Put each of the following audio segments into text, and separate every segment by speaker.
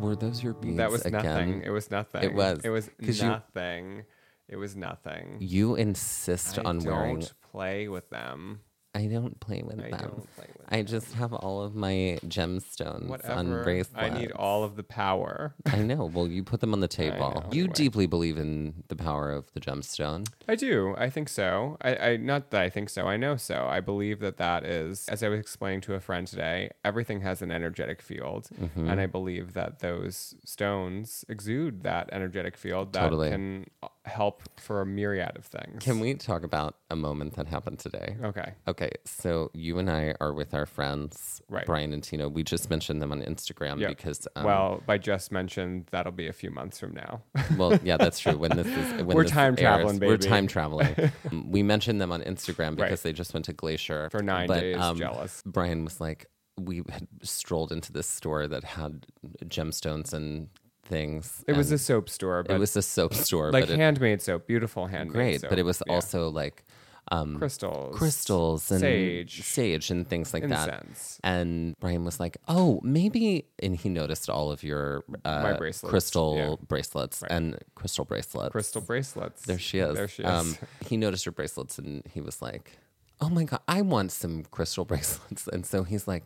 Speaker 1: Were those your beads
Speaker 2: That was
Speaker 1: again?
Speaker 2: nothing. It was nothing.
Speaker 1: was,
Speaker 2: It was
Speaker 1: 'cause you-
Speaker 2: nothing. It was nothing.
Speaker 1: You insist
Speaker 2: I
Speaker 1: on wearing.
Speaker 2: don't play with them.
Speaker 1: I don't play with
Speaker 2: I
Speaker 1: them.
Speaker 2: don't play with
Speaker 1: I just have all of my gemstones on
Speaker 2: Whatever.
Speaker 1: bracelets.
Speaker 2: I need all of the power.
Speaker 1: I know. Well, you put them on the table.
Speaker 2: know,
Speaker 1: You
Speaker 2: anyway.
Speaker 1: deeply believe in the power of the gemstone.
Speaker 2: I do. I think so. I, I not that I think so. I know so. I believe that that is, as I was explaining to a friend today, everything has an energetic field,
Speaker 1: Mm-hmm.
Speaker 2: and I believe that those stones exude that energetic field that
Speaker 1: Totally.
Speaker 2: can uh, help for a myriad of things.
Speaker 1: Can we talk about a moment that happened today?
Speaker 2: Okay.
Speaker 1: Okay, so you and I are with our friends,
Speaker 2: Oh. Right.
Speaker 1: Brian and Tina. We just mentioned them on Instagram
Speaker 2: Yep.
Speaker 1: because, um, well,
Speaker 2: well, by just mentioned, that'll be a few months from now.
Speaker 1: yeah, that's true. When this is, when
Speaker 2: We're
Speaker 1: this
Speaker 2: time
Speaker 1: airs,
Speaker 2: traveling,
Speaker 1: We're
Speaker 2: baby.
Speaker 1: time traveling. Um, we mentioned them on Instagram because they just went to Glacier
Speaker 2: For nine
Speaker 1: but,
Speaker 2: days,
Speaker 1: um,
Speaker 2: jealous.
Speaker 1: Brian was like, we had strolled into this store that had gemstones and things.
Speaker 2: It was
Speaker 1: and
Speaker 2: a soap store, but
Speaker 1: um, it was a soap store,
Speaker 2: like
Speaker 1: but it,
Speaker 2: handmade soap, beautiful handmade
Speaker 1: great,
Speaker 2: soap.
Speaker 1: but it was
Speaker 2: yeah.
Speaker 1: also like um,
Speaker 2: crystals,
Speaker 1: crystals and
Speaker 2: sage,
Speaker 1: sage and things like that.
Speaker 2: incense.
Speaker 1: And Brian was like, "Oh, maybe," and he noticed all of your uh,
Speaker 2: bracelets,
Speaker 1: crystal
Speaker 2: yeah.
Speaker 1: bracelets and crystal bracelets.
Speaker 2: crystal bracelets.
Speaker 1: There she is.
Speaker 2: There she is.
Speaker 1: Um, he noticed her bracelets and he was like, Oh my God, I want some crystal bracelets. And so he's like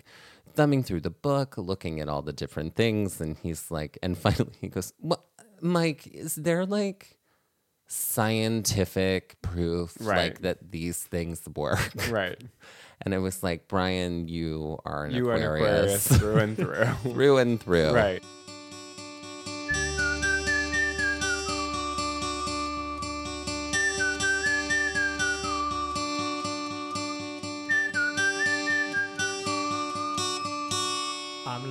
Speaker 1: thumbing through the book, looking at all the different things. And he's like, And finally he goes, Well, Mike, is there like scientific proof like
Speaker 2: Right.
Speaker 1: that these things work?
Speaker 2: right.
Speaker 1: And I was like, Brian, you are an
Speaker 2: you are an Aquarius
Speaker 1: Aquarius.
Speaker 2: through and through.
Speaker 1: through and through.
Speaker 2: right.
Speaker 3: I'm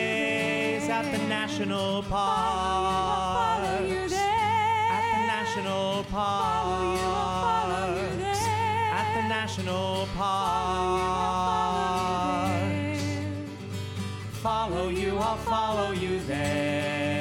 Speaker 3: at the national park. At the national parks. At the national parks. Follow you, I'll follow you there.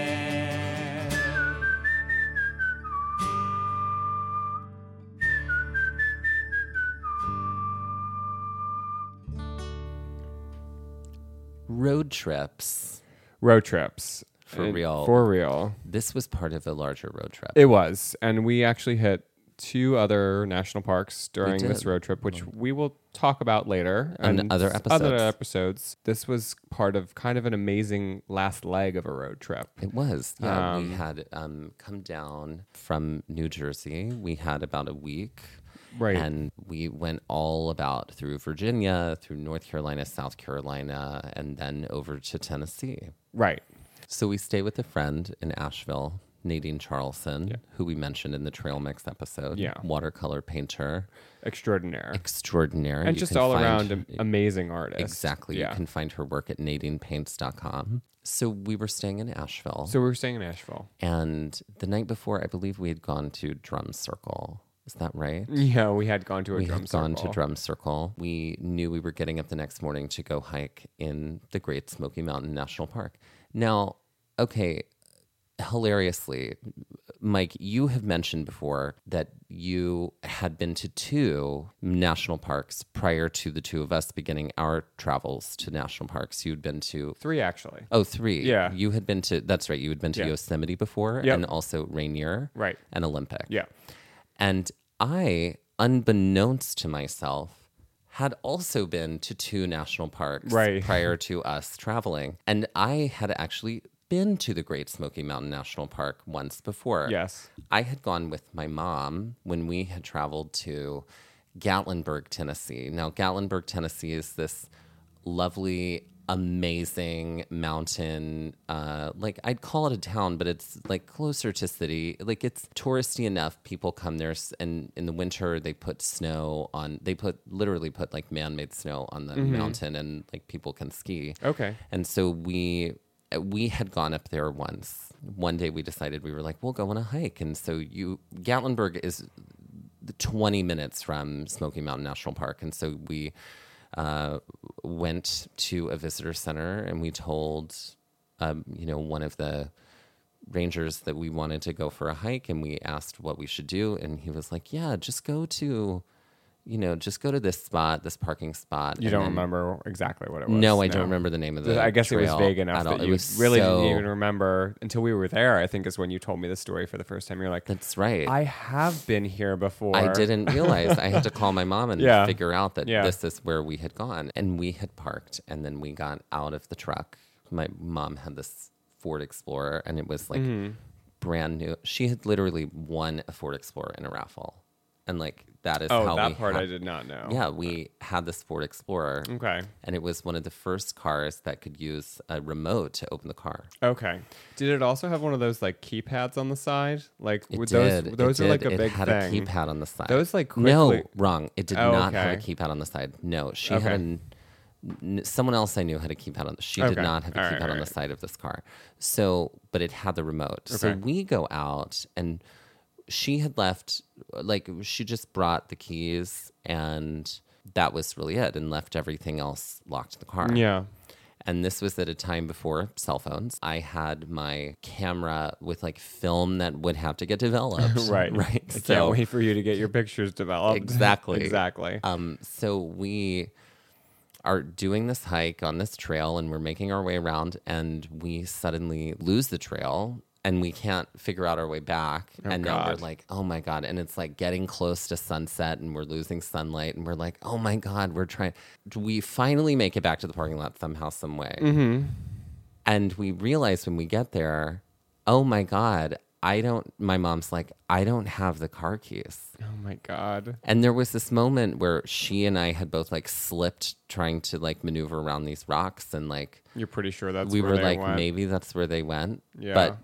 Speaker 1: Road trips.
Speaker 2: Road trips.
Speaker 1: For
Speaker 2: And-
Speaker 1: real.
Speaker 2: For real.
Speaker 1: This was part of a larger road trip.
Speaker 2: It was. And we actually hit two other national parks during this
Speaker 1: did. Mm-hmm.
Speaker 2: road trip, which we will talk about later.
Speaker 1: On other
Speaker 2: s- Other
Speaker 1: episodes.
Speaker 2: episodes. This was part of kind of an amazing last leg of a road trip.
Speaker 1: It was. Yeah, we had um, come down from New Jersey. We had about a week.
Speaker 2: Right.
Speaker 1: And we went all about through Virginia, through North Carolina, South Carolina, and then over to Tennessee.
Speaker 2: Right.
Speaker 1: So we stay with a friend in Asheville, Nadine Charlson, who we mentioned in the trail mix episode.
Speaker 2: Yeah.
Speaker 1: Watercolor painter.
Speaker 2: Extraordinaire.
Speaker 1: Extraordinary.
Speaker 2: and
Speaker 1: You
Speaker 2: just
Speaker 1: can
Speaker 2: all
Speaker 1: find- e-
Speaker 2: around am- amazing artist.
Speaker 1: Exactly.
Speaker 2: Yeah.
Speaker 1: You can find her work at nadinepaints.com. So we were staying in Asheville.
Speaker 2: so we were staying in Asheville.
Speaker 1: and the night before, I believe we had gone to Drum Circle. Is that right?
Speaker 2: Yeah, we had gone to a
Speaker 1: we
Speaker 2: Mm, drum
Speaker 1: had gone
Speaker 2: circle.
Speaker 1: to drum circle we knew we were getting up the next morning to go hike in the great smoky mountain national park now okay hilariously mike you have mentioned before that you had been to two national parks prior to the two of us beginning our travels to national parks you'd been to
Speaker 2: Three actually.
Speaker 1: Oh, three.
Speaker 2: Yeah.
Speaker 1: You had been to, that's right. You had been to
Speaker 2: Yeah.
Speaker 1: Yosemite before
Speaker 2: Yep.
Speaker 1: and also Rainier.
Speaker 2: Right.
Speaker 1: And Olympic.
Speaker 2: Yeah.
Speaker 1: And I, unbeknownst to myself, had also been to two national parks
Speaker 2: Right.
Speaker 1: prior to us traveling. And I had actually been to the Great Smoky Mountain National Park once before.
Speaker 2: Yes.
Speaker 1: I had gone with my mom when we had traveled to Gatlinburg, Tennessee. Now, Gatlinburg, Tennessee is this lovely, amazing mountain. Uh, like, I'd call it a town, but it's like closer to city. Like, it's touristy enough. People come there, s- and in the winter, they put snow on, they put literally put like man made snow on the mountain, and like people can ski.
Speaker 2: Okay.
Speaker 1: And so we we had gone up there once. One day we decided we were like, we'll go on a hike. And so you Gatlinburg is the 20 minutes from Smoky Mountain National Park. And so we uh, went to a visitor center and we told um, you know one of the rangers that we wanted to go for a hike and we asked what we should do and he was like, yeah, just go to you know, just go to this spot, this parking spot.
Speaker 2: You
Speaker 1: and
Speaker 2: don't
Speaker 1: then-
Speaker 2: remember exactly what it was.
Speaker 1: no, I don't remember the name of the.
Speaker 2: I guess it was
Speaker 1: trail
Speaker 2: vague
Speaker 1: at
Speaker 2: enough
Speaker 1: all.
Speaker 2: that
Speaker 1: It
Speaker 2: you
Speaker 1: was
Speaker 2: really
Speaker 1: so-
Speaker 2: didn't even remember until we were there. I think is when you told me the story for the first time. You're like,
Speaker 1: That's right. I,
Speaker 2: I have been here before.
Speaker 1: didn't realize. I had to call my mom and
Speaker 2: Yeah.
Speaker 1: figure out that
Speaker 2: Yeah.
Speaker 1: this is where we had gone, and we had parked, and then we got out of the truck. My mom had this Ford Explorer, and it was like
Speaker 2: Mm-hmm.
Speaker 1: brand new. She had literally won a Ford Explorer in a raffle, and like that is
Speaker 2: Oh,
Speaker 1: how we
Speaker 2: that part
Speaker 1: ha-
Speaker 2: I did not know.
Speaker 1: Yeah, we had this Ford Explorer,
Speaker 2: Okay.
Speaker 1: and it was one of the first cars that could use a remote to open the car.
Speaker 2: Okay. Did it also have one of those like keypads on the side? Like
Speaker 1: It
Speaker 2: with
Speaker 1: did.
Speaker 2: those
Speaker 1: it
Speaker 2: those are like
Speaker 1: did.
Speaker 2: a
Speaker 1: it
Speaker 2: big
Speaker 1: had
Speaker 2: thing.
Speaker 1: a keypad on the side.
Speaker 2: Those, like,
Speaker 1: no
Speaker 2: quickly-
Speaker 1: wrong. It did
Speaker 2: Oh,
Speaker 1: not have a
Speaker 2: okay.
Speaker 1: keypad on the side. No, she
Speaker 2: Okay.
Speaker 1: had a. n- n- Someone else I knew had a keypad on. She did
Speaker 2: Okay.
Speaker 1: not have a
Speaker 2: All right,
Speaker 1: keypad
Speaker 2: all
Speaker 1: on the
Speaker 2: right.
Speaker 1: side of this car. So, but it had the remote. So
Speaker 2: Okay.
Speaker 1: we go out and she had left. Like she just brought the keys and that was really it, and left everything else locked in the car.
Speaker 2: Yeah.
Speaker 1: And this was at a time before cell phones. I had my camera with like film that would have to get developed.
Speaker 2: Right.
Speaker 1: Right.
Speaker 2: I can't wait for you to get your pictures developed.
Speaker 1: Exactly.
Speaker 2: exactly.
Speaker 1: Um, so we are doing this hike on this trail and we're making our way around and we suddenly lose the trail and we can't figure out our way back. and now we're
Speaker 2: God.
Speaker 1: like, oh my God. And it's like getting close to sunset and we're losing sunlight and we're like, oh my God, we're trying. We finally make it back to the parking lot somehow, some way.
Speaker 2: Mm-hmm.
Speaker 1: And we realize when we get there, oh my God, I don't, my mom's like, I don't have the car keys.
Speaker 2: oh my god.
Speaker 1: And there was this moment where she and I had both like slipped trying to like maneuver around these rocks and like
Speaker 2: You're pretty sure that's
Speaker 1: we
Speaker 2: where
Speaker 1: were
Speaker 2: they
Speaker 1: like
Speaker 2: went.
Speaker 1: maybe that's where they went.
Speaker 2: Yeah.
Speaker 1: But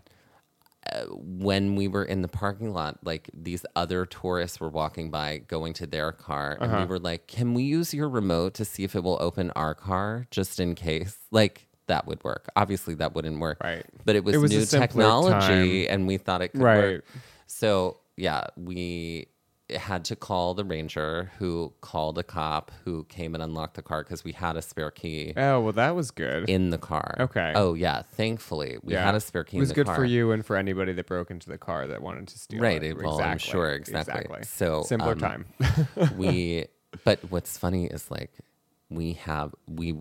Speaker 1: uh, when we were in the parking lot, like these other tourists were walking by going to their car and we
Speaker 2: Uh-huh.
Speaker 1: were like, "Can we use your remote to see if it will open our car just in case?" Like that would work. Obviously that wouldn't work.
Speaker 2: Right.
Speaker 1: But it was,
Speaker 2: It was a
Speaker 1: new
Speaker 2: simpler
Speaker 1: technology and we thought it could
Speaker 2: Right.
Speaker 1: work. So yeah, we had to call the ranger who called a cop who came and unlocked the car because we had a spare key
Speaker 2: Oh well, that was good.
Speaker 1: in the car.
Speaker 2: Okay.
Speaker 1: Oh yeah, thankfully we
Speaker 2: yeah.
Speaker 1: had a spare key
Speaker 2: It was
Speaker 1: in the
Speaker 2: good
Speaker 1: car.
Speaker 2: for you and for anybody that broke into the car that wanted to steal.
Speaker 1: Right,
Speaker 2: It.
Speaker 1: it- well, I'm sure, exactly. So,
Speaker 2: simpler
Speaker 1: um,
Speaker 2: time.
Speaker 1: we but what's funny is like we have we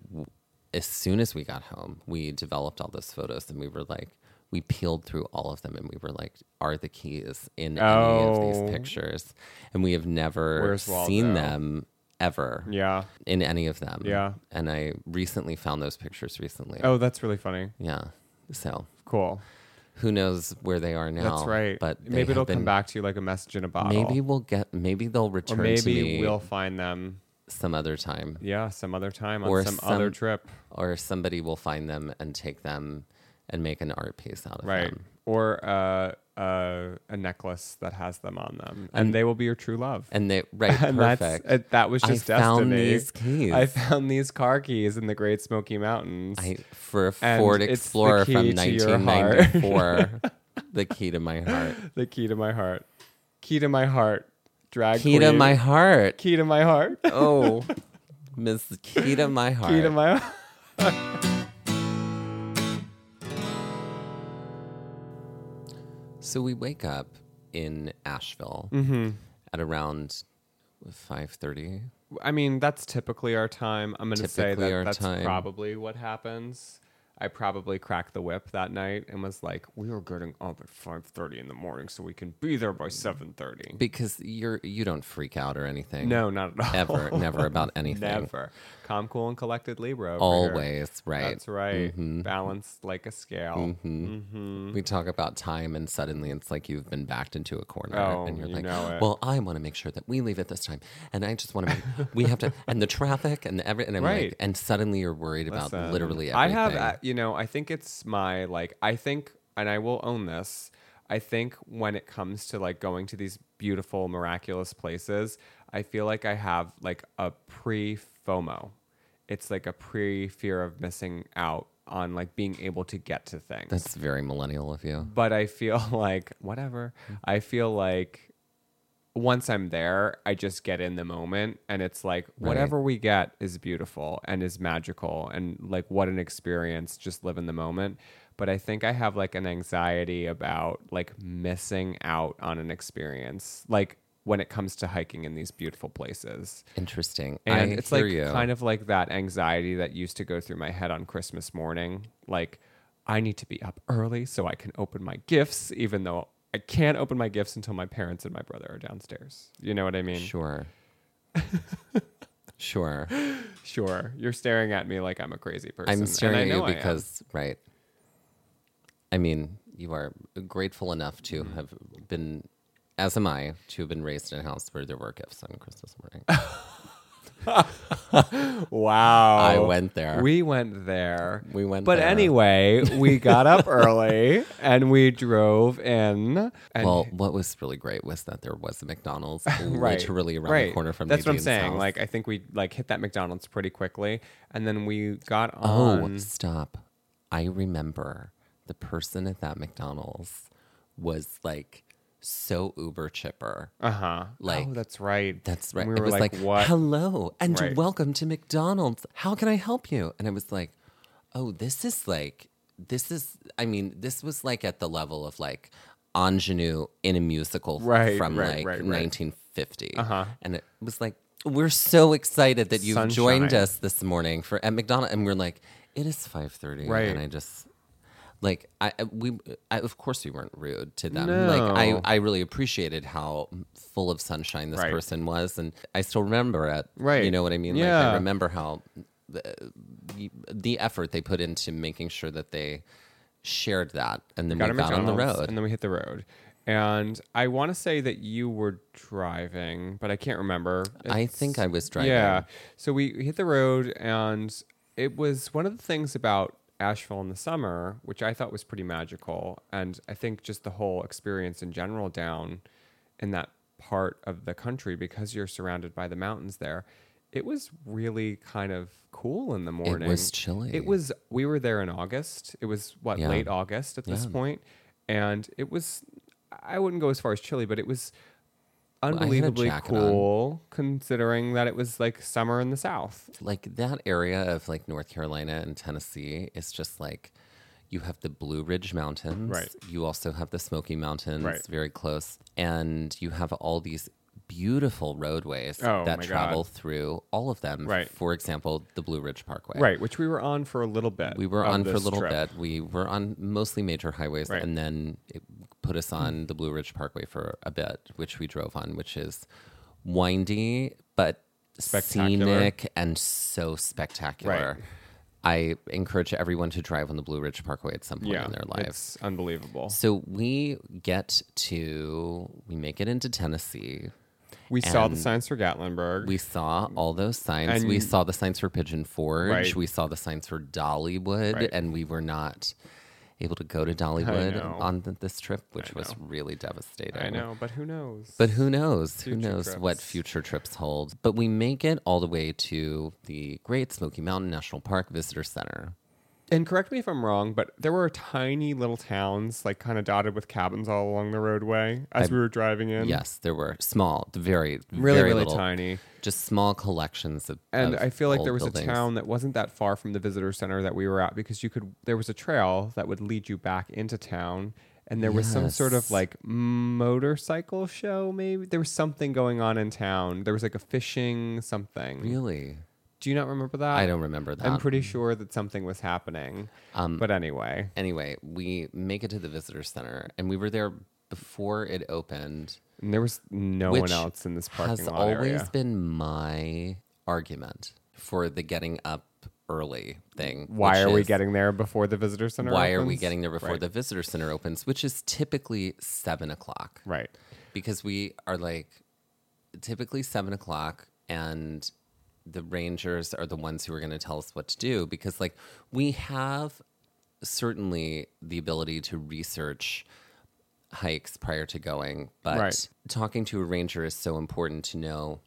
Speaker 1: as soon as we got home, we developed all those photos and we were like we peeled through all of them and we were like are the keys in any of
Speaker 2: Oh.
Speaker 1: these pictures? And we have never
Speaker 2: Where's Waldo?
Speaker 1: seen them ever.
Speaker 2: yeah.
Speaker 1: in any of them.
Speaker 2: Yeah.
Speaker 1: And I recently found those pictures recently.
Speaker 2: Oh, that's really funny.
Speaker 1: Yeah. So
Speaker 2: Cool.
Speaker 1: who knows where they are now?
Speaker 2: That's right.
Speaker 1: But they
Speaker 2: maybe
Speaker 1: have
Speaker 2: it'll
Speaker 1: been-
Speaker 2: come back to you like a message in a bottle.
Speaker 1: Maybe we'll get. Maybe they'll
Speaker 2: or
Speaker 1: return to
Speaker 2: maybe
Speaker 1: me
Speaker 2: we'll find them.
Speaker 1: some other time,
Speaker 2: Yeah, some other time on
Speaker 1: Or
Speaker 2: some, other
Speaker 1: some-
Speaker 2: trip.
Speaker 1: or somebody will find them and take them and make an art piece out of
Speaker 2: Right.
Speaker 1: them.
Speaker 2: Or uh, uh, a necklace that has them on them, and, they will be your true love.
Speaker 1: And they right
Speaker 2: And that's-
Speaker 1: perfect.
Speaker 2: uh, that was
Speaker 1: I
Speaker 2: just
Speaker 1: found
Speaker 2: destiny.
Speaker 1: these keys.
Speaker 2: I found these car keys in the Great Smoky Mountains.
Speaker 1: I, for a
Speaker 2: And
Speaker 1: Ford
Speaker 2: it's the
Speaker 1: Explorer from
Speaker 2: key to your heart.
Speaker 1: 1994, the key to my heart.
Speaker 2: the key to my heart. Key to my heart. Drag
Speaker 1: Key to
Speaker 2: queen.
Speaker 1: my heart.
Speaker 2: Key to my heart.
Speaker 1: Oh, Miss Key to my heart.
Speaker 2: Key to my heart.
Speaker 1: So we wake up in Asheville
Speaker 2: Mm-hmm.
Speaker 1: at around 5:30.
Speaker 2: I mean, that's typically our time. I'm going to say
Speaker 1: Typically our
Speaker 2: that that's
Speaker 1: time.
Speaker 2: probably what happens. I probably cracked the whip that night and was like, "We are getting up at 5:30 in the morning so we can be there by 7:30."
Speaker 1: Because you're you don't freak out or anything.
Speaker 2: No, not at all.
Speaker 1: ever, never about anything.
Speaker 2: Never. Calm, cool, and collected Libra. over here.
Speaker 1: Always right. Mm-hmm.
Speaker 2: That's right. Balanced like a scale.
Speaker 1: We talk about time, and suddenly it's like you've been backed into a corner,
Speaker 2: Oh,
Speaker 1: and you're
Speaker 2: you
Speaker 1: like,
Speaker 2: know it.
Speaker 1: "Well, I want to make sure that we leave at this time, and I just want to. make We have to, and the traffic, and the every, and I'm
Speaker 2: Right.
Speaker 1: like, and suddenly you're worried about
Speaker 2: Listen,
Speaker 1: literally
Speaker 2: I
Speaker 1: everything.
Speaker 2: have, uh, you know, I think it's my like. I think, and I will own this. I think when it comes to like going to these beautiful, miraculous places, I feel like I have like a pre FOMO. It's like a pre fear of missing out on like being able to get to things.
Speaker 1: That's very millennial of you.
Speaker 2: but I feel like whatever. I feel like once I'm there, I just get in the moment and it's like whatever we get is beautiful and is magical and like what an experience just live in the moment. But I think I have like an anxiety about like missing out on an experience like when it comes to hiking in these beautiful places.
Speaker 1: Interesting.
Speaker 2: And
Speaker 1: I
Speaker 2: it's
Speaker 1: hear
Speaker 2: like
Speaker 1: you.
Speaker 2: kind of like that anxiety that used to go through my head on Christmas morning. Like, I need to be up early so I can open my gifts, even though I can't open my gifts until my parents and my brother are downstairs. You know what I mean?
Speaker 1: Sure. sure.
Speaker 2: Sure. You're staring at me like I'm a crazy person.
Speaker 1: I'm
Speaker 2: and I
Speaker 1: staring at
Speaker 2: know
Speaker 1: you
Speaker 2: I am.
Speaker 1: because, right. I mean, you are grateful enough to
Speaker 2: Mm-hmm.
Speaker 1: have been, as am I, to have been raised in a house where there were gifts on Christmas morning.
Speaker 2: Wow.
Speaker 1: I went there.
Speaker 2: We went there.
Speaker 1: We went
Speaker 2: But
Speaker 1: there.
Speaker 2: anyway, we got up early and we drove in. And
Speaker 1: well, what was really great was that there was a McDonald's literally around the corner from
Speaker 2: That's what I'm
Speaker 1: Nadine's
Speaker 2: saying.
Speaker 1: house.
Speaker 2: Like I think we like hit that McDonald's pretty quickly, and then we got
Speaker 1: Oh,
Speaker 2: on.
Speaker 1: stop. I remember the person at that McDonald's was like so uber chipper.
Speaker 2: Uh huh.
Speaker 1: like-
Speaker 2: oh, that's right.
Speaker 1: That's
Speaker 2: And
Speaker 1: right.
Speaker 2: We
Speaker 1: it
Speaker 2: were
Speaker 1: was
Speaker 2: like,
Speaker 1: like,
Speaker 2: what?
Speaker 1: hello and
Speaker 2: Right.
Speaker 1: welcome to McDonald's. How can I help you? And I was like, oh, this is like, this is, I mean, this was like at the level of like ingenue in a musical f-
Speaker 2: Right,
Speaker 1: from
Speaker 2: right,
Speaker 1: like
Speaker 2: right, right.
Speaker 1: 1950. Uh-huh. And it was like, we're so excited that you've joined
Speaker 2: Sunshine.
Speaker 1: us this morning for at McDonald's. And we're like, it is 5.30.
Speaker 2: Right.
Speaker 1: And I just, like I I- we I, of course we weren't rude to them. Like I
Speaker 2: No.
Speaker 1: I really appreciated how full of sunshine this
Speaker 2: Right.
Speaker 1: person was, and I still remember it. you
Speaker 2: Right.
Speaker 1: know what I mean. like
Speaker 2: Yeah.
Speaker 1: I remember how the, the effort they put into making sure that they shared that, and then
Speaker 2: got a
Speaker 1: we got on the
Speaker 2: McDonald's,
Speaker 1: road.
Speaker 2: and then we hit the road. And I want to say that you were driving, but I can't remember.
Speaker 1: I
Speaker 2: It's-
Speaker 1: think I was driving.
Speaker 2: Yeah. So we hit the road, and it was one of the things about Asheville in the summer, which I thought was pretty magical. And I think just the whole experience in general down in that part of the country, because you're surrounded by the mountains there, it was really kind of cool in the morning.
Speaker 1: was chilly.
Speaker 2: It was, we were there in August. It was, what,
Speaker 1: Yeah.
Speaker 2: late August at this
Speaker 1: Yeah.
Speaker 2: point, And it was, I wouldn't go as far as chilly, but it was
Speaker 1: I had a
Speaker 2: unbelievably
Speaker 1: jacket on.
Speaker 2: cool considering that it was like summer in the south
Speaker 1: like that area of like North Carolina and Tennessee is just like you have the Blue Ridge Mountains.
Speaker 2: Right.
Speaker 1: You also have the Smoky Mountains
Speaker 2: Right.
Speaker 1: very close. And you have all these beautiful roadways
Speaker 2: Oh,
Speaker 1: that
Speaker 2: my God.
Speaker 1: travel through all of them.
Speaker 2: Right.
Speaker 1: For example, the Blue Ridge Parkway.
Speaker 2: right which we were on for a little bit
Speaker 1: We were
Speaker 2: of
Speaker 1: on for a
Speaker 2: this
Speaker 1: little
Speaker 2: trip.
Speaker 1: bit. We were on mostly major highways,
Speaker 2: Right. Hmm.
Speaker 1: and then it put us on the Blue Ridge Parkway for a bit, which we drove on, which is windy but
Speaker 2: Spectacular.
Speaker 1: scenic and so spectacular. I encourage everyone to drive on the Blue Ridge Parkway at some point
Speaker 2: yeah
Speaker 1: in their lives.
Speaker 2: it's unbelievable
Speaker 1: So we get to, we make it into Tennessee.
Speaker 2: we saw the
Speaker 1: and
Speaker 2: signs for gatlinburg
Speaker 1: We saw all those signs.
Speaker 2: And-
Speaker 1: we saw the signs for Pigeon Forge.
Speaker 2: Right.
Speaker 1: We saw the signs for Dollywood,
Speaker 2: Right.
Speaker 1: and we were not able to go to Dollywood
Speaker 2: know.
Speaker 1: on th- this trip, which
Speaker 2: I
Speaker 1: was
Speaker 2: know.
Speaker 1: really devastating.
Speaker 2: I know, but who knows?
Speaker 1: But who knows? who
Speaker 2: Future
Speaker 1: knows what
Speaker 2: trips.
Speaker 1: future trips hold? But we make it all the way to the Great Smoky Mountain National Park Visitor Center.
Speaker 2: and correct me if I'm wrong, but there were tiny little towns, like kind of dotted with cabins all along the roadway as we were driving in.
Speaker 1: Yes, there were small, very,
Speaker 2: Mm. Really,
Speaker 1: very
Speaker 2: really
Speaker 1: little,
Speaker 2: tiny.
Speaker 1: just small collections of.
Speaker 2: And
Speaker 1: of
Speaker 2: I feel like
Speaker 1: old
Speaker 2: there was
Speaker 1: buildings.
Speaker 2: a town that wasn't that far from the visitor center that we were at because you could there was a trail that would lead you back into town and there was some sort
Speaker 1: Yes.
Speaker 2: of like motorcycle show maybe there was something going on in town there was like a fishing something
Speaker 1: Really,
Speaker 2: do you not remember that
Speaker 1: I don't remember that. Um,
Speaker 2: I'm pretty sure that something was happening but anyway
Speaker 1: Anyway, we make it to the visitor center, and we were there before it opened.
Speaker 2: and there was no
Speaker 1: which
Speaker 2: one else in this parking
Speaker 1: has
Speaker 2: lot
Speaker 1: always
Speaker 2: area
Speaker 1: been my argument for the getting up early thing.
Speaker 2: why
Speaker 1: which
Speaker 2: are we
Speaker 1: is,
Speaker 2: getting there before the visitor center
Speaker 1: Why are we
Speaker 2: opens?
Speaker 1: getting there before
Speaker 2: Right.
Speaker 1: the visitor center opens, which is typically seven o'clock?
Speaker 2: right
Speaker 1: because we are like typically seven o'clock and the rangers are the ones who are going to tell us what to do because like we have certainly the ability to research hikes prior to going but
Speaker 2: Right.
Speaker 1: talking to a ranger is so important to know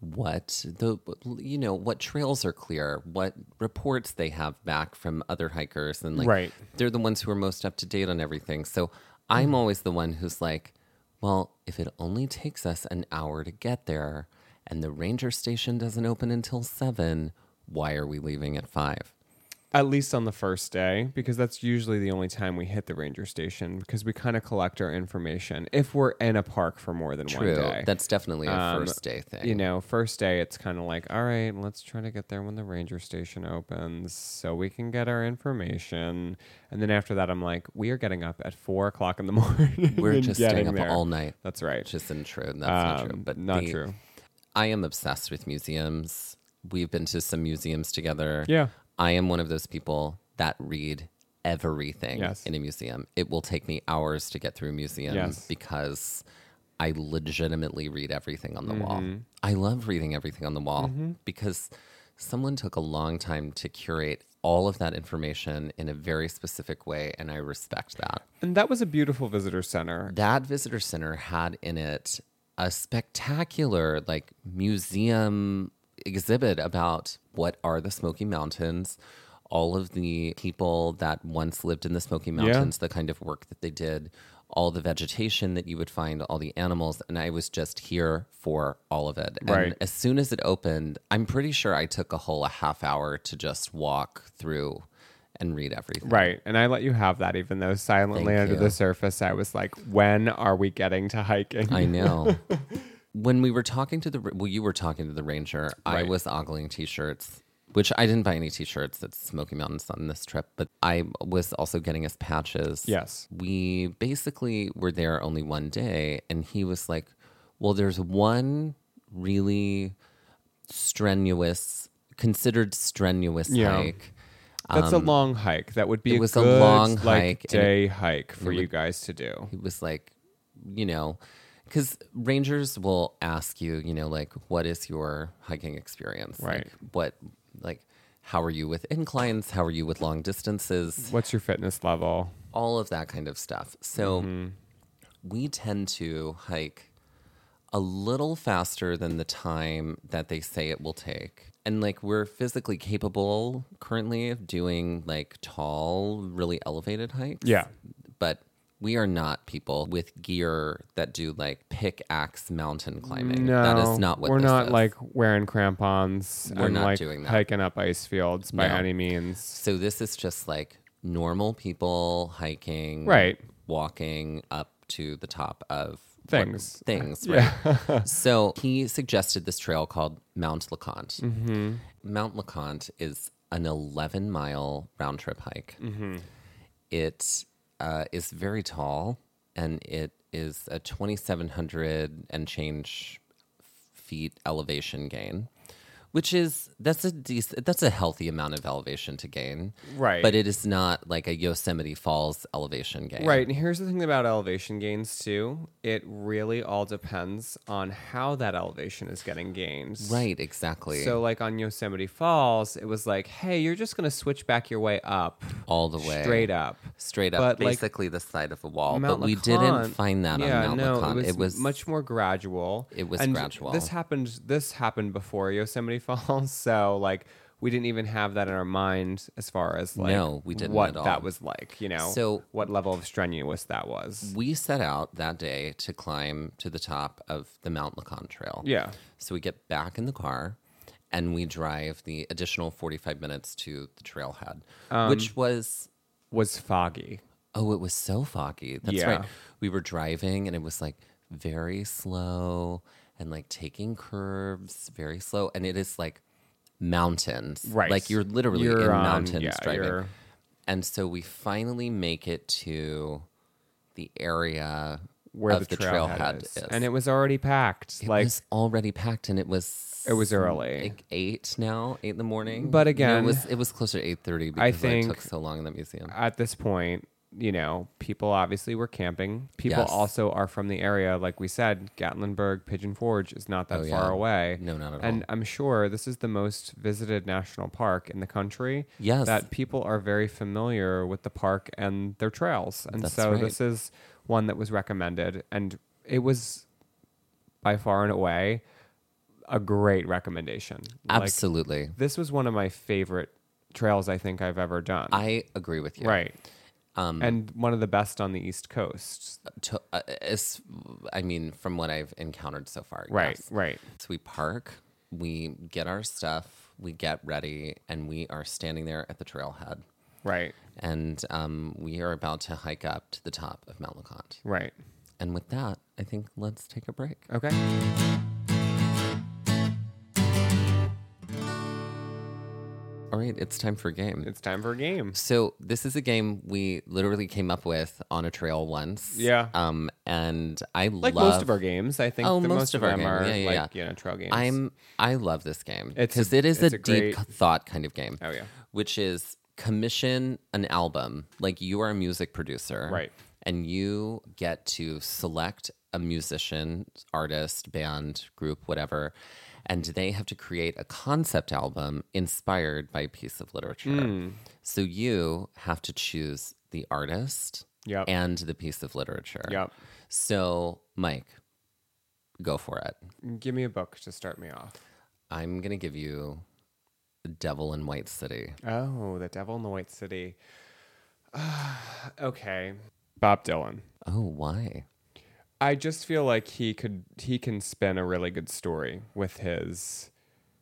Speaker 1: what the you know what trails are clear what reports they have back from other hikers and like
Speaker 2: Right.
Speaker 1: they're the ones who are most up to date on everything so i'm
Speaker 2: Mm.
Speaker 1: always the one who's like well if it only takes us an hour to get there and the ranger station doesn't open until 7 why are we leaving at 5
Speaker 2: At least on the first day, because that's usually the only time we hit the ranger station because we kind of collect our information if we're in a park for more than
Speaker 1: true
Speaker 2: one day.
Speaker 1: that's definitely a
Speaker 2: Um,
Speaker 1: first day thing
Speaker 2: you know, first day it's kind of like, all right, let's try to get there when the ranger station opens so we can get our information. And then after that, I'm like, we are getting up at four o'clock in the morning.
Speaker 1: we're
Speaker 2: and
Speaker 1: just
Speaker 2: getting
Speaker 1: staying up
Speaker 2: there.
Speaker 1: all night
Speaker 2: That's right.
Speaker 1: which isn't true and that's not true
Speaker 2: Um,
Speaker 1: but
Speaker 2: not
Speaker 1: the-
Speaker 2: true.
Speaker 1: I am obsessed with museums. We've been to some museums together.
Speaker 2: Yeah.
Speaker 1: I am one of those people that read everything
Speaker 2: Yes.
Speaker 1: in a museum. It will take me hours to get through a museum
Speaker 2: Yes.
Speaker 1: because I legitimately read everything on the wall.
Speaker 2: Mm-hmm.
Speaker 1: I love reading everything on the wall because someone took a long time to curate all of that information in a very specific way and I respect that.
Speaker 2: And that was a beautiful visitor center.
Speaker 1: That visitor center had in it a spectacular like museum exhibit about what are the Smoky Mountains, all of the people that once lived in the Smoky Mountains, the kind of work that they did, all the vegetation that you would find, all the animals, and I was just here for all of it. And
Speaker 2: Right.
Speaker 1: as soon as it opened, I'm pretty sure I took a whole a half hour to just walk through and read everything.
Speaker 2: Right. And I let you have that, even though silently
Speaker 1: Thank
Speaker 2: under
Speaker 1: you.
Speaker 2: the surface, I was like, when are we getting to hiking?
Speaker 1: I know. when we were talking to the well, you were talking to the ranger. I
Speaker 2: Right.
Speaker 1: was ogling t-shirts, which I didn't buy any t-shirts. That's Smoky Mountains on this trip, but I was also getting us patches.
Speaker 2: Yes.
Speaker 1: we basically were there only one day, and he was like, "Well, there's one really strenuous, considered strenuous
Speaker 2: Yeah.
Speaker 1: hike."
Speaker 2: That's a long hike. That would be
Speaker 1: um, it
Speaker 2: a
Speaker 1: was a
Speaker 2: good,
Speaker 1: long
Speaker 2: like,
Speaker 1: hike, and
Speaker 2: day hike for you guys to do.
Speaker 1: It was like, you know, because rangers will ask you, you know, like, what is your hiking experience?
Speaker 2: Right.
Speaker 1: Like, what, like, how are you with inclines? How are you with long distances?
Speaker 2: What's your fitness level?
Speaker 1: All of that kind of stuff. So
Speaker 2: Mm-hmm.
Speaker 1: we tend to hike a little faster than the time that they say it will take. And like we're physically capable currently of doing like tall, really elevated hikes
Speaker 2: Yeah.
Speaker 1: but we are not people with gear that do like pickaxe mountain climbing.
Speaker 2: No,
Speaker 1: that is not what
Speaker 2: we're
Speaker 1: this
Speaker 2: not
Speaker 1: is.
Speaker 2: like wearing crampons
Speaker 1: We're
Speaker 2: and
Speaker 1: not
Speaker 2: like
Speaker 1: doing that.
Speaker 2: hiking up ice fields by
Speaker 1: No.
Speaker 2: any means.
Speaker 1: So this is just like normal people hiking,
Speaker 2: Right.
Speaker 1: Walking up to the top of what-
Speaker 2: Things.
Speaker 1: things, right? so he suggested this trail called Mount LeConte. Mount LeConte is an 11 mile round trip hike. Mm-hmm. It uh, is very tall and it is a 2,700 and change feet elevation gain, which is that's a decent, that's a healthy amount of elevation to gain,
Speaker 2: Right.
Speaker 1: But it is not like a Yosemite Falls elevation gain,
Speaker 2: Right. And here's the thing about elevation gains, too. It really all depends on how that elevation is getting gained.
Speaker 1: Right, exactly.
Speaker 2: So, like on Yosemite Falls, it was like, hey, you're just going to switch back your way up,
Speaker 1: all the way
Speaker 2: straight up.
Speaker 1: straight up,
Speaker 2: But, like,
Speaker 1: basically the side of a wall.
Speaker 2: Mount
Speaker 1: but we
Speaker 2: Lacan-
Speaker 1: didn't find that
Speaker 2: yeah,
Speaker 1: on Mount
Speaker 2: no,
Speaker 1: Lacan.
Speaker 2: It was, much more gradual.
Speaker 1: It was
Speaker 2: And
Speaker 1: gradual.
Speaker 2: This happened. This happened before Yosemite Falls, so like we didn't even have that in our mind as far as like
Speaker 1: No, we didn't
Speaker 2: what
Speaker 1: at all.
Speaker 2: that was like. You know,
Speaker 1: So-
Speaker 2: what level of strenuous that was.
Speaker 1: we set out that day to climb to the top of the Mount Lacan Trail.
Speaker 2: Yeah.
Speaker 1: So we get back in the car and we drive the additional 45 minutes to the trailhead,
Speaker 2: Um,
Speaker 1: which was,
Speaker 2: Was foggy.
Speaker 1: oh, it was so foggy. That's
Speaker 2: Yeah.
Speaker 1: right. We were driving and it was like very slow and like taking curves very slow. And it is like mountains.
Speaker 2: Right.
Speaker 1: Like you're literally
Speaker 2: You're
Speaker 1: in
Speaker 2: on-
Speaker 1: mountains
Speaker 2: yeah,
Speaker 1: driving.
Speaker 2: you're-
Speaker 1: And so we finally make it to the area
Speaker 2: Where
Speaker 1: of
Speaker 2: the, trailhead, is. and it was already packed.
Speaker 1: it
Speaker 2: like
Speaker 1: was already packed, and it was
Speaker 2: it was early.
Speaker 1: like eight now, eight in the morning.
Speaker 2: But
Speaker 1: No,
Speaker 2: again,
Speaker 1: it was it was closer to eight thirty because
Speaker 2: I
Speaker 1: it
Speaker 2: think-
Speaker 1: took so long in the museum.
Speaker 2: at this point, you know, people obviously were camping. People
Speaker 1: Yes.
Speaker 2: also are from the area. Like we said, Gatlinburg, Pigeon Forge is not that
Speaker 1: Oh,
Speaker 2: far
Speaker 1: yeah.
Speaker 2: away.
Speaker 1: No, not at
Speaker 2: And
Speaker 1: all.
Speaker 2: I'm sure this is the most visited national park in the country.
Speaker 1: Yes.
Speaker 2: That people are very familiar with the park and their trails. And
Speaker 1: That's
Speaker 2: so
Speaker 1: right.
Speaker 2: this is one that was recommended. And it was by far and away a great recommendation. Like,
Speaker 1: Absolutely,
Speaker 2: this was one of my favorite trails I think I've ever done.
Speaker 1: I agree with you.
Speaker 2: Right.
Speaker 1: Um,
Speaker 2: and one of the best on the East Coast.
Speaker 1: To, uh, it's, I mean, from what I've encountered so far.
Speaker 2: Right,
Speaker 1: yes.
Speaker 2: right.
Speaker 1: So we park, we get our stuff, we get ready, and we are standing there at the trailhead,
Speaker 2: Right,
Speaker 1: and um, we are about to hike up to the top of Mount LeConte.
Speaker 2: right.
Speaker 1: And with that, I think let's take a break.
Speaker 2: Okay.
Speaker 1: All right, it's time for a game.
Speaker 2: It's time for a game.
Speaker 1: So this is a game we literally came up with on a trail once.
Speaker 2: Yeah.
Speaker 1: Um, and I
Speaker 2: Like
Speaker 1: love
Speaker 2: most of our games, I think
Speaker 1: Oh,
Speaker 2: the
Speaker 1: most
Speaker 2: most
Speaker 1: of
Speaker 2: of,
Speaker 1: our
Speaker 2: them
Speaker 1: game.
Speaker 2: are
Speaker 1: Yeah, yeah,
Speaker 2: like,
Speaker 1: yeah.
Speaker 2: you know, trail games.
Speaker 1: I'm I love this game
Speaker 2: It's
Speaker 1: because
Speaker 2: a-
Speaker 1: it is
Speaker 2: it's
Speaker 1: a,
Speaker 2: a
Speaker 1: deep
Speaker 2: great-
Speaker 1: thought kind of game.
Speaker 2: Oh, yeah.
Speaker 1: Which is commission an album. Like you are a music producer,
Speaker 2: Right.
Speaker 1: And you get to select a musician, artist, band, group, whatever, and they have to create a concept album inspired by a piece of literature.
Speaker 2: Hmm.
Speaker 1: So you have to choose the artist
Speaker 2: Yep.
Speaker 1: and the piece of literature.
Speaker 2: Yep.
Speaker 1: So, Mike, go for it.
Speaker 2: Give me a book to start me off.
Speaker 1: I'm gonna give you the Devil in White City.
Speaker 2: Oh, The Devil in the White City. okay. Bob Dylan.
Speaker 1: Oh, why?
Speaker 2: I just feel like he could he can spin a really good story with his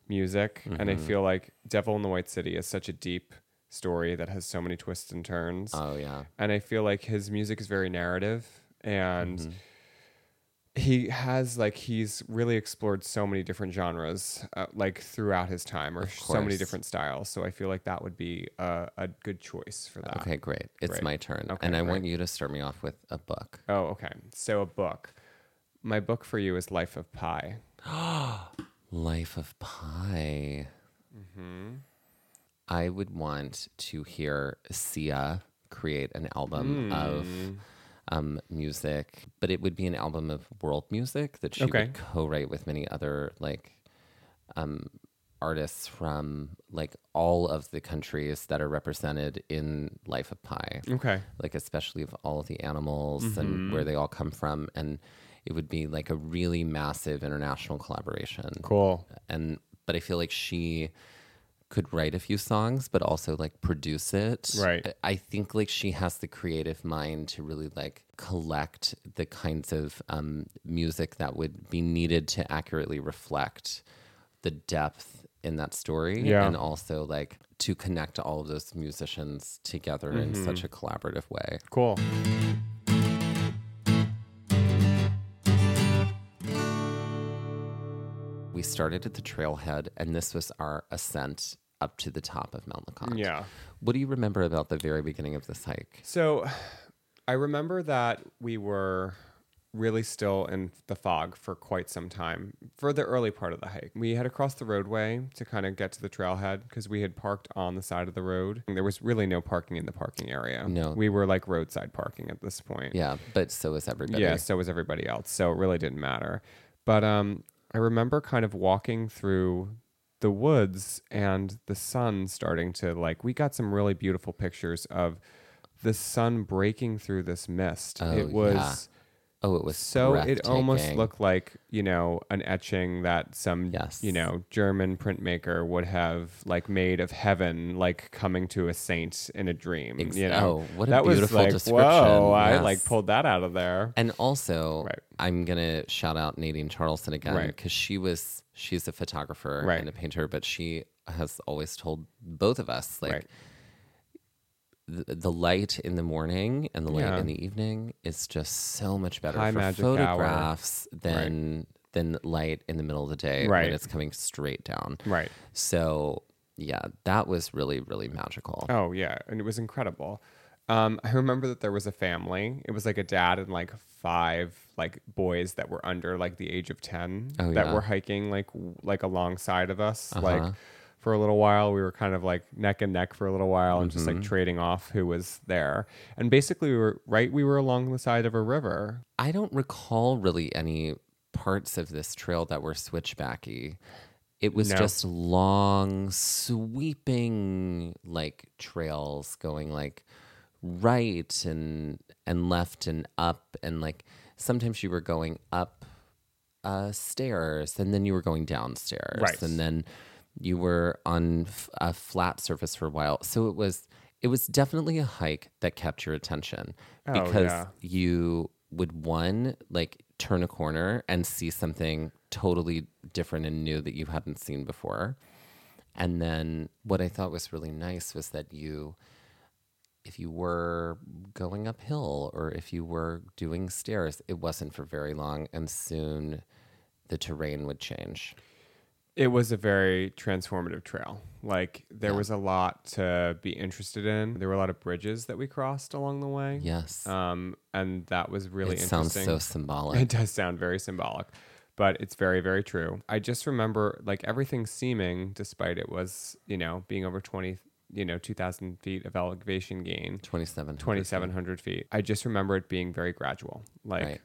Speaker 2: music and
Speaker 1: Mm-hmm.
Speaker 2: I feel like Devil in the White City is such a deep story that has so many twists and turns.
Speaker 1: Oh yeah.
Speaker 2: and I feel like his music is very narrative and
Speaker 1: Mm-hmm.
Speaker 2: he has like he's really explored so many different genres uh, like throughout his time or so many
Speaker 1: course.
Speaker 2: different styles so I feel like that would be a, a good choice for that.
Speaker 1: Okay, great. It's
Speaker 2: Right.
Speaker 1: my turn,
Speaker 2: Okay,
Speaker 1: and I
Speaker 2: right.
Speaker 1: want you to start me off with a book.
Speaker 2: Oh, okay. So a book. My book for you is Life of Pi.
Speaker 1: Life of Pi. I would want to hear Sia create an album of um, music, but it would be an album of world music that she
Speaker 2: Okay.
Speaker 1: would co-write with many other like um, artists from like all of the countries that are represented in Life of Pi
Speaker 2: Okay.
Speaker 1: like especially of all of the animals and where they all come from and it would be like a really massive international collaboration
Speaker 2: Cool.
Speaker 1: and but i feel like she could write a few songs but also like produce it
Speaker 2: Right.
Speaker 1: I- i think like she has the creative mind to really like collect the kinds of um, music that would be needed to accurately reflect the depth in that story
Speaker 2: Yeah.
Speaker 1: and also like to connect all of those musicians together in
Speaker 2: Mm-hmm.
Speaker 1: such a collaborative way
Speaker 2: Cool.
Speaker 1: we started at the trailhead and this was our ascent up to the top of mount leconte
Speaker 2: Yeah.
Speaker 1: what do you remember about the very beginning of this hike
Speaker 2: So I remember that we were really still in the fog for quite some time for the early part of the hike. We had to cross the roadway to kind of get to the trailhead because we had parked on the side of the road. And there was really no parking in the parking area.
Speaker 1: No.
Speaker 2: We were like roadside parking at this point.
Speaker 1: Yeah, but so is everybody.
Speaker 2: Yeah, so was everybody else. So it really didn't matter. But um, I remember kind of walking through the woods and the sun starting to like. We got some really beautiful pictures of the sun breaking through this mist.
Speaker 1: Oh,
Speaker 2: it was.
Speaker 1: yeah. Oh, it was
Speaker 2: So it almost
Speaker 1: breathtaking.
Speaker 2: looked like, you know, an etching that some,
Speaker 1: Yes.
Speaker 2: you know, German printmaker would have like made of heaven, like coming to a saint in a dream.
Speaker 1: Ex-
Speaker 2: you know,
Speaker 1: oh, what a
Speaker 2: that was
Speaker 1: beautiful
Speaker 2: like,
Speaker 1: description.
Speaker 2: Whoa, I like
Speaker 1: Yes.
Speaker 2: pulled that out of there.
Speaker 1: And also,
Speaker 2: Right.
Speaker 1: I'm gonna shout out Nadine Charleston again
Speaker 2: Right.
Speaker 1: because she was she's a photographer
Speaker 2: Right.
Speaker 1: and a painter, but she has always told both of us like
Speaker 2: Right.
Speaker 1: th- the light in the morning and the light
Speaker 2: Yeah.
Speaker 1: in the evening is just so much better
Speaker 2: High
Speaker 1: for
Speaker 2: magic hour.
Speaker 1: photographs than than light in the middle of the day
Speaker 2: Right.
Speaker 1: when it's coming straight down.
Speaker 2: Right.
Speaker 1: So yeah, that was really really magical.
Speaker 2: Oh yeah, and it was incredible. Um, I remember that there was a family. It was like a dad and like five like boys that were under like the age of ten
Speaker 1: Oh,
Speaker 2: that
Speaker 1: yeah.
Speaker 2: were hiking like w- like alongside of us.
Speaker 1: Uh-huh.
Speaker 2: Like for a little while, we were kind of like neck and neck for a little while and
Speaker 1: Mm-hmm.
Speaker 2: just like trading off who was there. And basically, we were right. We were along the side of a river.
Speaker 1: I don't recall really any parts of this trail that were switchbacky. It was
Speaker 2: No.
Speaker 1: just long, sweeping like trails going like right and and left and up and like sometimes you were going up uh, stairs and then you were going downstairs
Speaker 2: Right.
Speaker 1: and then you were on f- a flat surface for a while. So it was it was definitely a hike that kept your attention because
Speaker 2: Oh, yeah.
Speaker 1: you would one like turn a corner and see something totally different and new that you hadn't seen before. And then what I thought was really nice was that you if you were going uphill or if you were doing stairs, it wasn't for very long and soon the terrain would change.
Speaker 2: It was a very transformative trail. Like there was a lot to be interested in. There were a lot of bridges that we crossed along the way.
Speaker 1: Yes.
Speaker 2: Um, and that was really
Speaker 1: it
Speaker 2: interesting.
Speaker 1: sounds so symbolic.
Speaker 2: It does sound very symbolic, but it's very, very true. I just remember like everything seeming, despite it was, you know, being over 20, you know, 2,000 feet of elevation gain,
Speaker 1: 27.
Speaker 2: 2,700 feet. I just remember it being very gradual. Like,
Speaker 1: Right.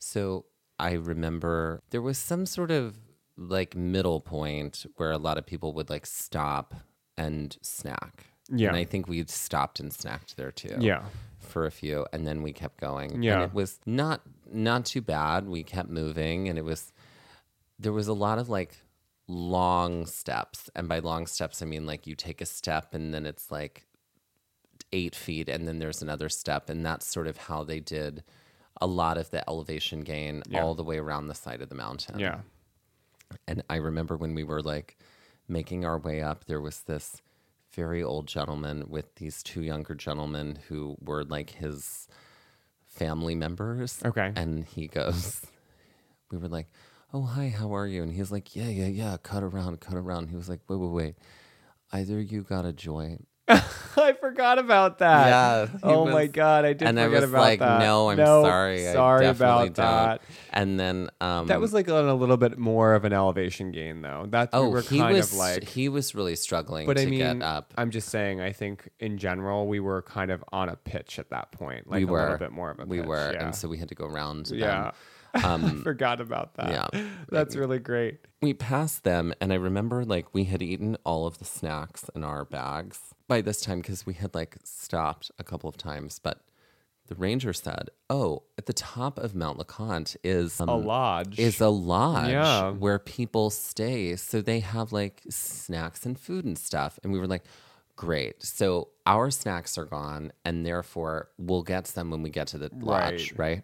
Speaker 1: So I remember there was some sort of like middle point where a lot of people would like stop and snack.
Speaker 2: Yeah.
Speaker 1: And I think we stopped and snacked there too.
Speaker 2: yeah,
Speaker 1: For a few and then we kept going.
Speaker 2: Yeah.
Speaker 1: And it was not not too bad. We kept moving and it was there was a lot of like long steps. And by long steps I mean like you take a step and then it's like eight feet and then there's another step and that's sort of how they did a lot of the elevation gain all the way around the side of the mountain
Speaker 2: yeah,
Speaker 1: and i remember when we were like making our way up there was this very old gentleman with these two younger gentlemen who were like his family members
Speaker 2: Okay.
Speaker 1: and he goes we were like oh hi how are you and he's like yeah yeah yeah cut around cut around he was like wait wait wait either you got a joint
Speaker 2: I forgot about that.
Speaker 1: Yeah, he
Speaker 2: oh my
Speaker 1: was-
Speaker 2: God, I did
Speaker 1: and I
Speaker 2: forget
Speaker 1: was
Speaker 2: about
Speaker 1: like,
Speaker 2: that.
Speaker 1: no, I'm sorry.
Speaker 2: Sorry
Speaker 1: I
Speaker 2: about
Speaker 1: definitely
Speaker 2: that.
Speaker 1: Don't. And then, um,
Speaker 2: That was like on a little bit more of an elevation gain, though. That we
Speaker 1: oh,
Speaker 2: were
Speaker 1: he
Speaker 2: kind
Speaker 1: was
Speaker 2: of like
Speaker 1: he was really struggling
Speaker 2: but
Speaker 1: to
Speaker 2: I mean,
Speaker 1: get up.
Speaker 2: I'm just saying. I think in general, we were kind of on a pitch at that point. Like
Speaker 1: we
Speaker 2: a
Speaker 1: were
Speaker 2: little bit more of a.
Speaker 1: we
Speaker 2: pitch,
Speaker 1: were,
Speaker 2: Yeah.
Speaker 1: and so we had to go around. them.
Speaker 2: yeah. I forgot about that.
Speaker 1: yeah.
Speaker 2: That's really great.
Speaker 1: we passed them, and I remember like we had eaten all of the snacks in our bags by this time because we had like stopped a couple of times, but. The ranger said, "Oh, at the top of Mount LeConte is um,
Speaker 2: A lodge.
Speaker 1: is a lodge
Speaker 2: Yeah.
Speaker 1: where people stay. So they have like snacks and food and stuff. And we were like, great. So our snacks are gone, and therefore we'll get some when we get to the lodge, right?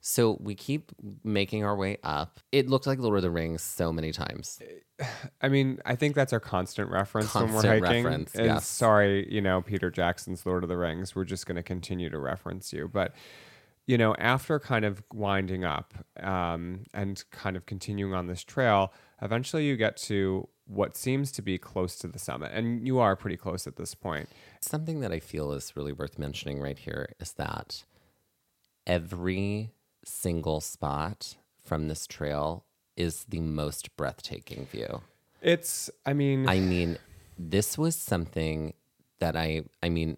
Speaker 1: So we keep making our way up. It looked like Lord of the Rings so many times.
Speaker 2: I mean, I think that's our constant reference when we're
Speaker 1: Constant
Speaker 2: hiking.
Speaker 1: reference,
Speaker 2: And
Speaker 1: yes.
Speaker 2: sorry, you know, Peter Jackson's Lord of the Rings. We're just going to continue to reference you, but you know, after kind of winding up um, and kind of continuing on this trail, eventually you get to what seems to be close to the summit, and you are pretty close at this point.
Speaker 1: Something that I feel is really worth mentioning right here is that every single spot from this trail is the most breathtaking view.
Speaker 2: It's, I mean,
Speaker 1: I mean, this was something that I, I mean,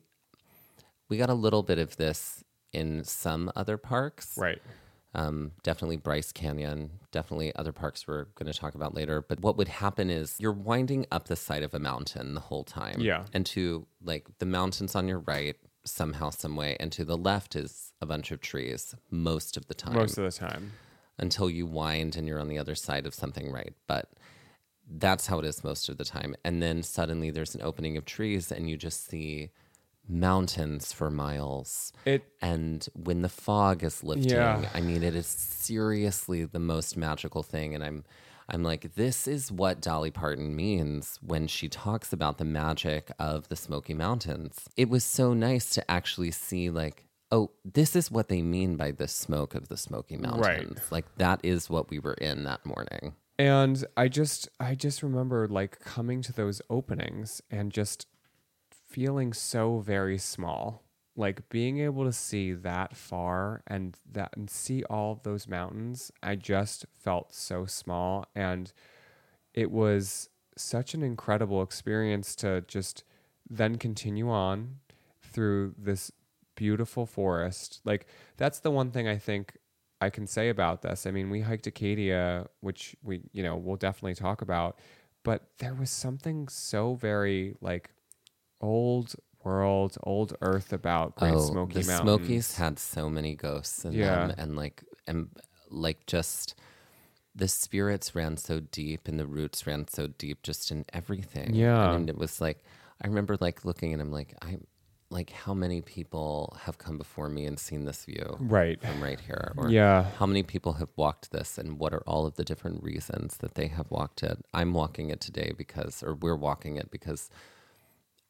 Speaker 1: we got a little bit of this in some other parks.
Speaker 2: right.
Speaker 1: Um, definitely Bryce Canyon, definitely other parks we're going to talk about later. But what would happen is you're winding up the side of a mountain the whole time.
Speaker 2: Yeah.
Speaker 1: And to like the mountains on your right, somehow, some way, and to the left is a bunch of trees most of the time
Speaker 2: Most of the time.
Speaker 1: until you wind and you're on the other side of something right. But that's how it is most of the time. And then suddenly there's an opening of trees and you just see mountains for miles.
Speaker 2: It,
Speaker 1: And when the fog is lifting,
Speaker 2: Yeah.
Speaker 1: I mean, it is seriously the most magical thing. And I'm, I'm like, this is what Dolly Parton means when she talks about the magic of the Smoky Mountains. It was so nice to actually see, like, oh, this is what they mean by the smoke of the Smoky Mountains. Like, that is what we were in that morning.
Speaker 2: and I just, I just remember like coming to those openings and just feeling so very small. Like being able to see that far and that and see all of those mountains, I just felt so small and it was such an incredible experience to just then continue on through this beautiful forest. Like that's the one thing I think I can say about this. I mean, we hiked Acadia, which we, you know, we'll definitely talk about, but there was something so very like old world, old earth about Great Smoky
Speaker 1: Oh, the
Speaker 2: Mountains.
Speaker 1: Smokies had so many ghosts in
Speaker 2: Yeah.
Speaker 1: them, and like and like just the spirits ran so deep, and the roots ran so deep, just in everything.
Speaker 2: Yeah.
Speaker 1: and it was like I remember like looking, and I'm like I, like how many people have come before me and seen this view
Speaker 2: Right.
Speaker 1: from right here, or
Speaker 2: Yeah.
Speaker 1: how many people have walked this, and what are all of the different reasons that they have walked it? I'm walking it today because, or we're walking it because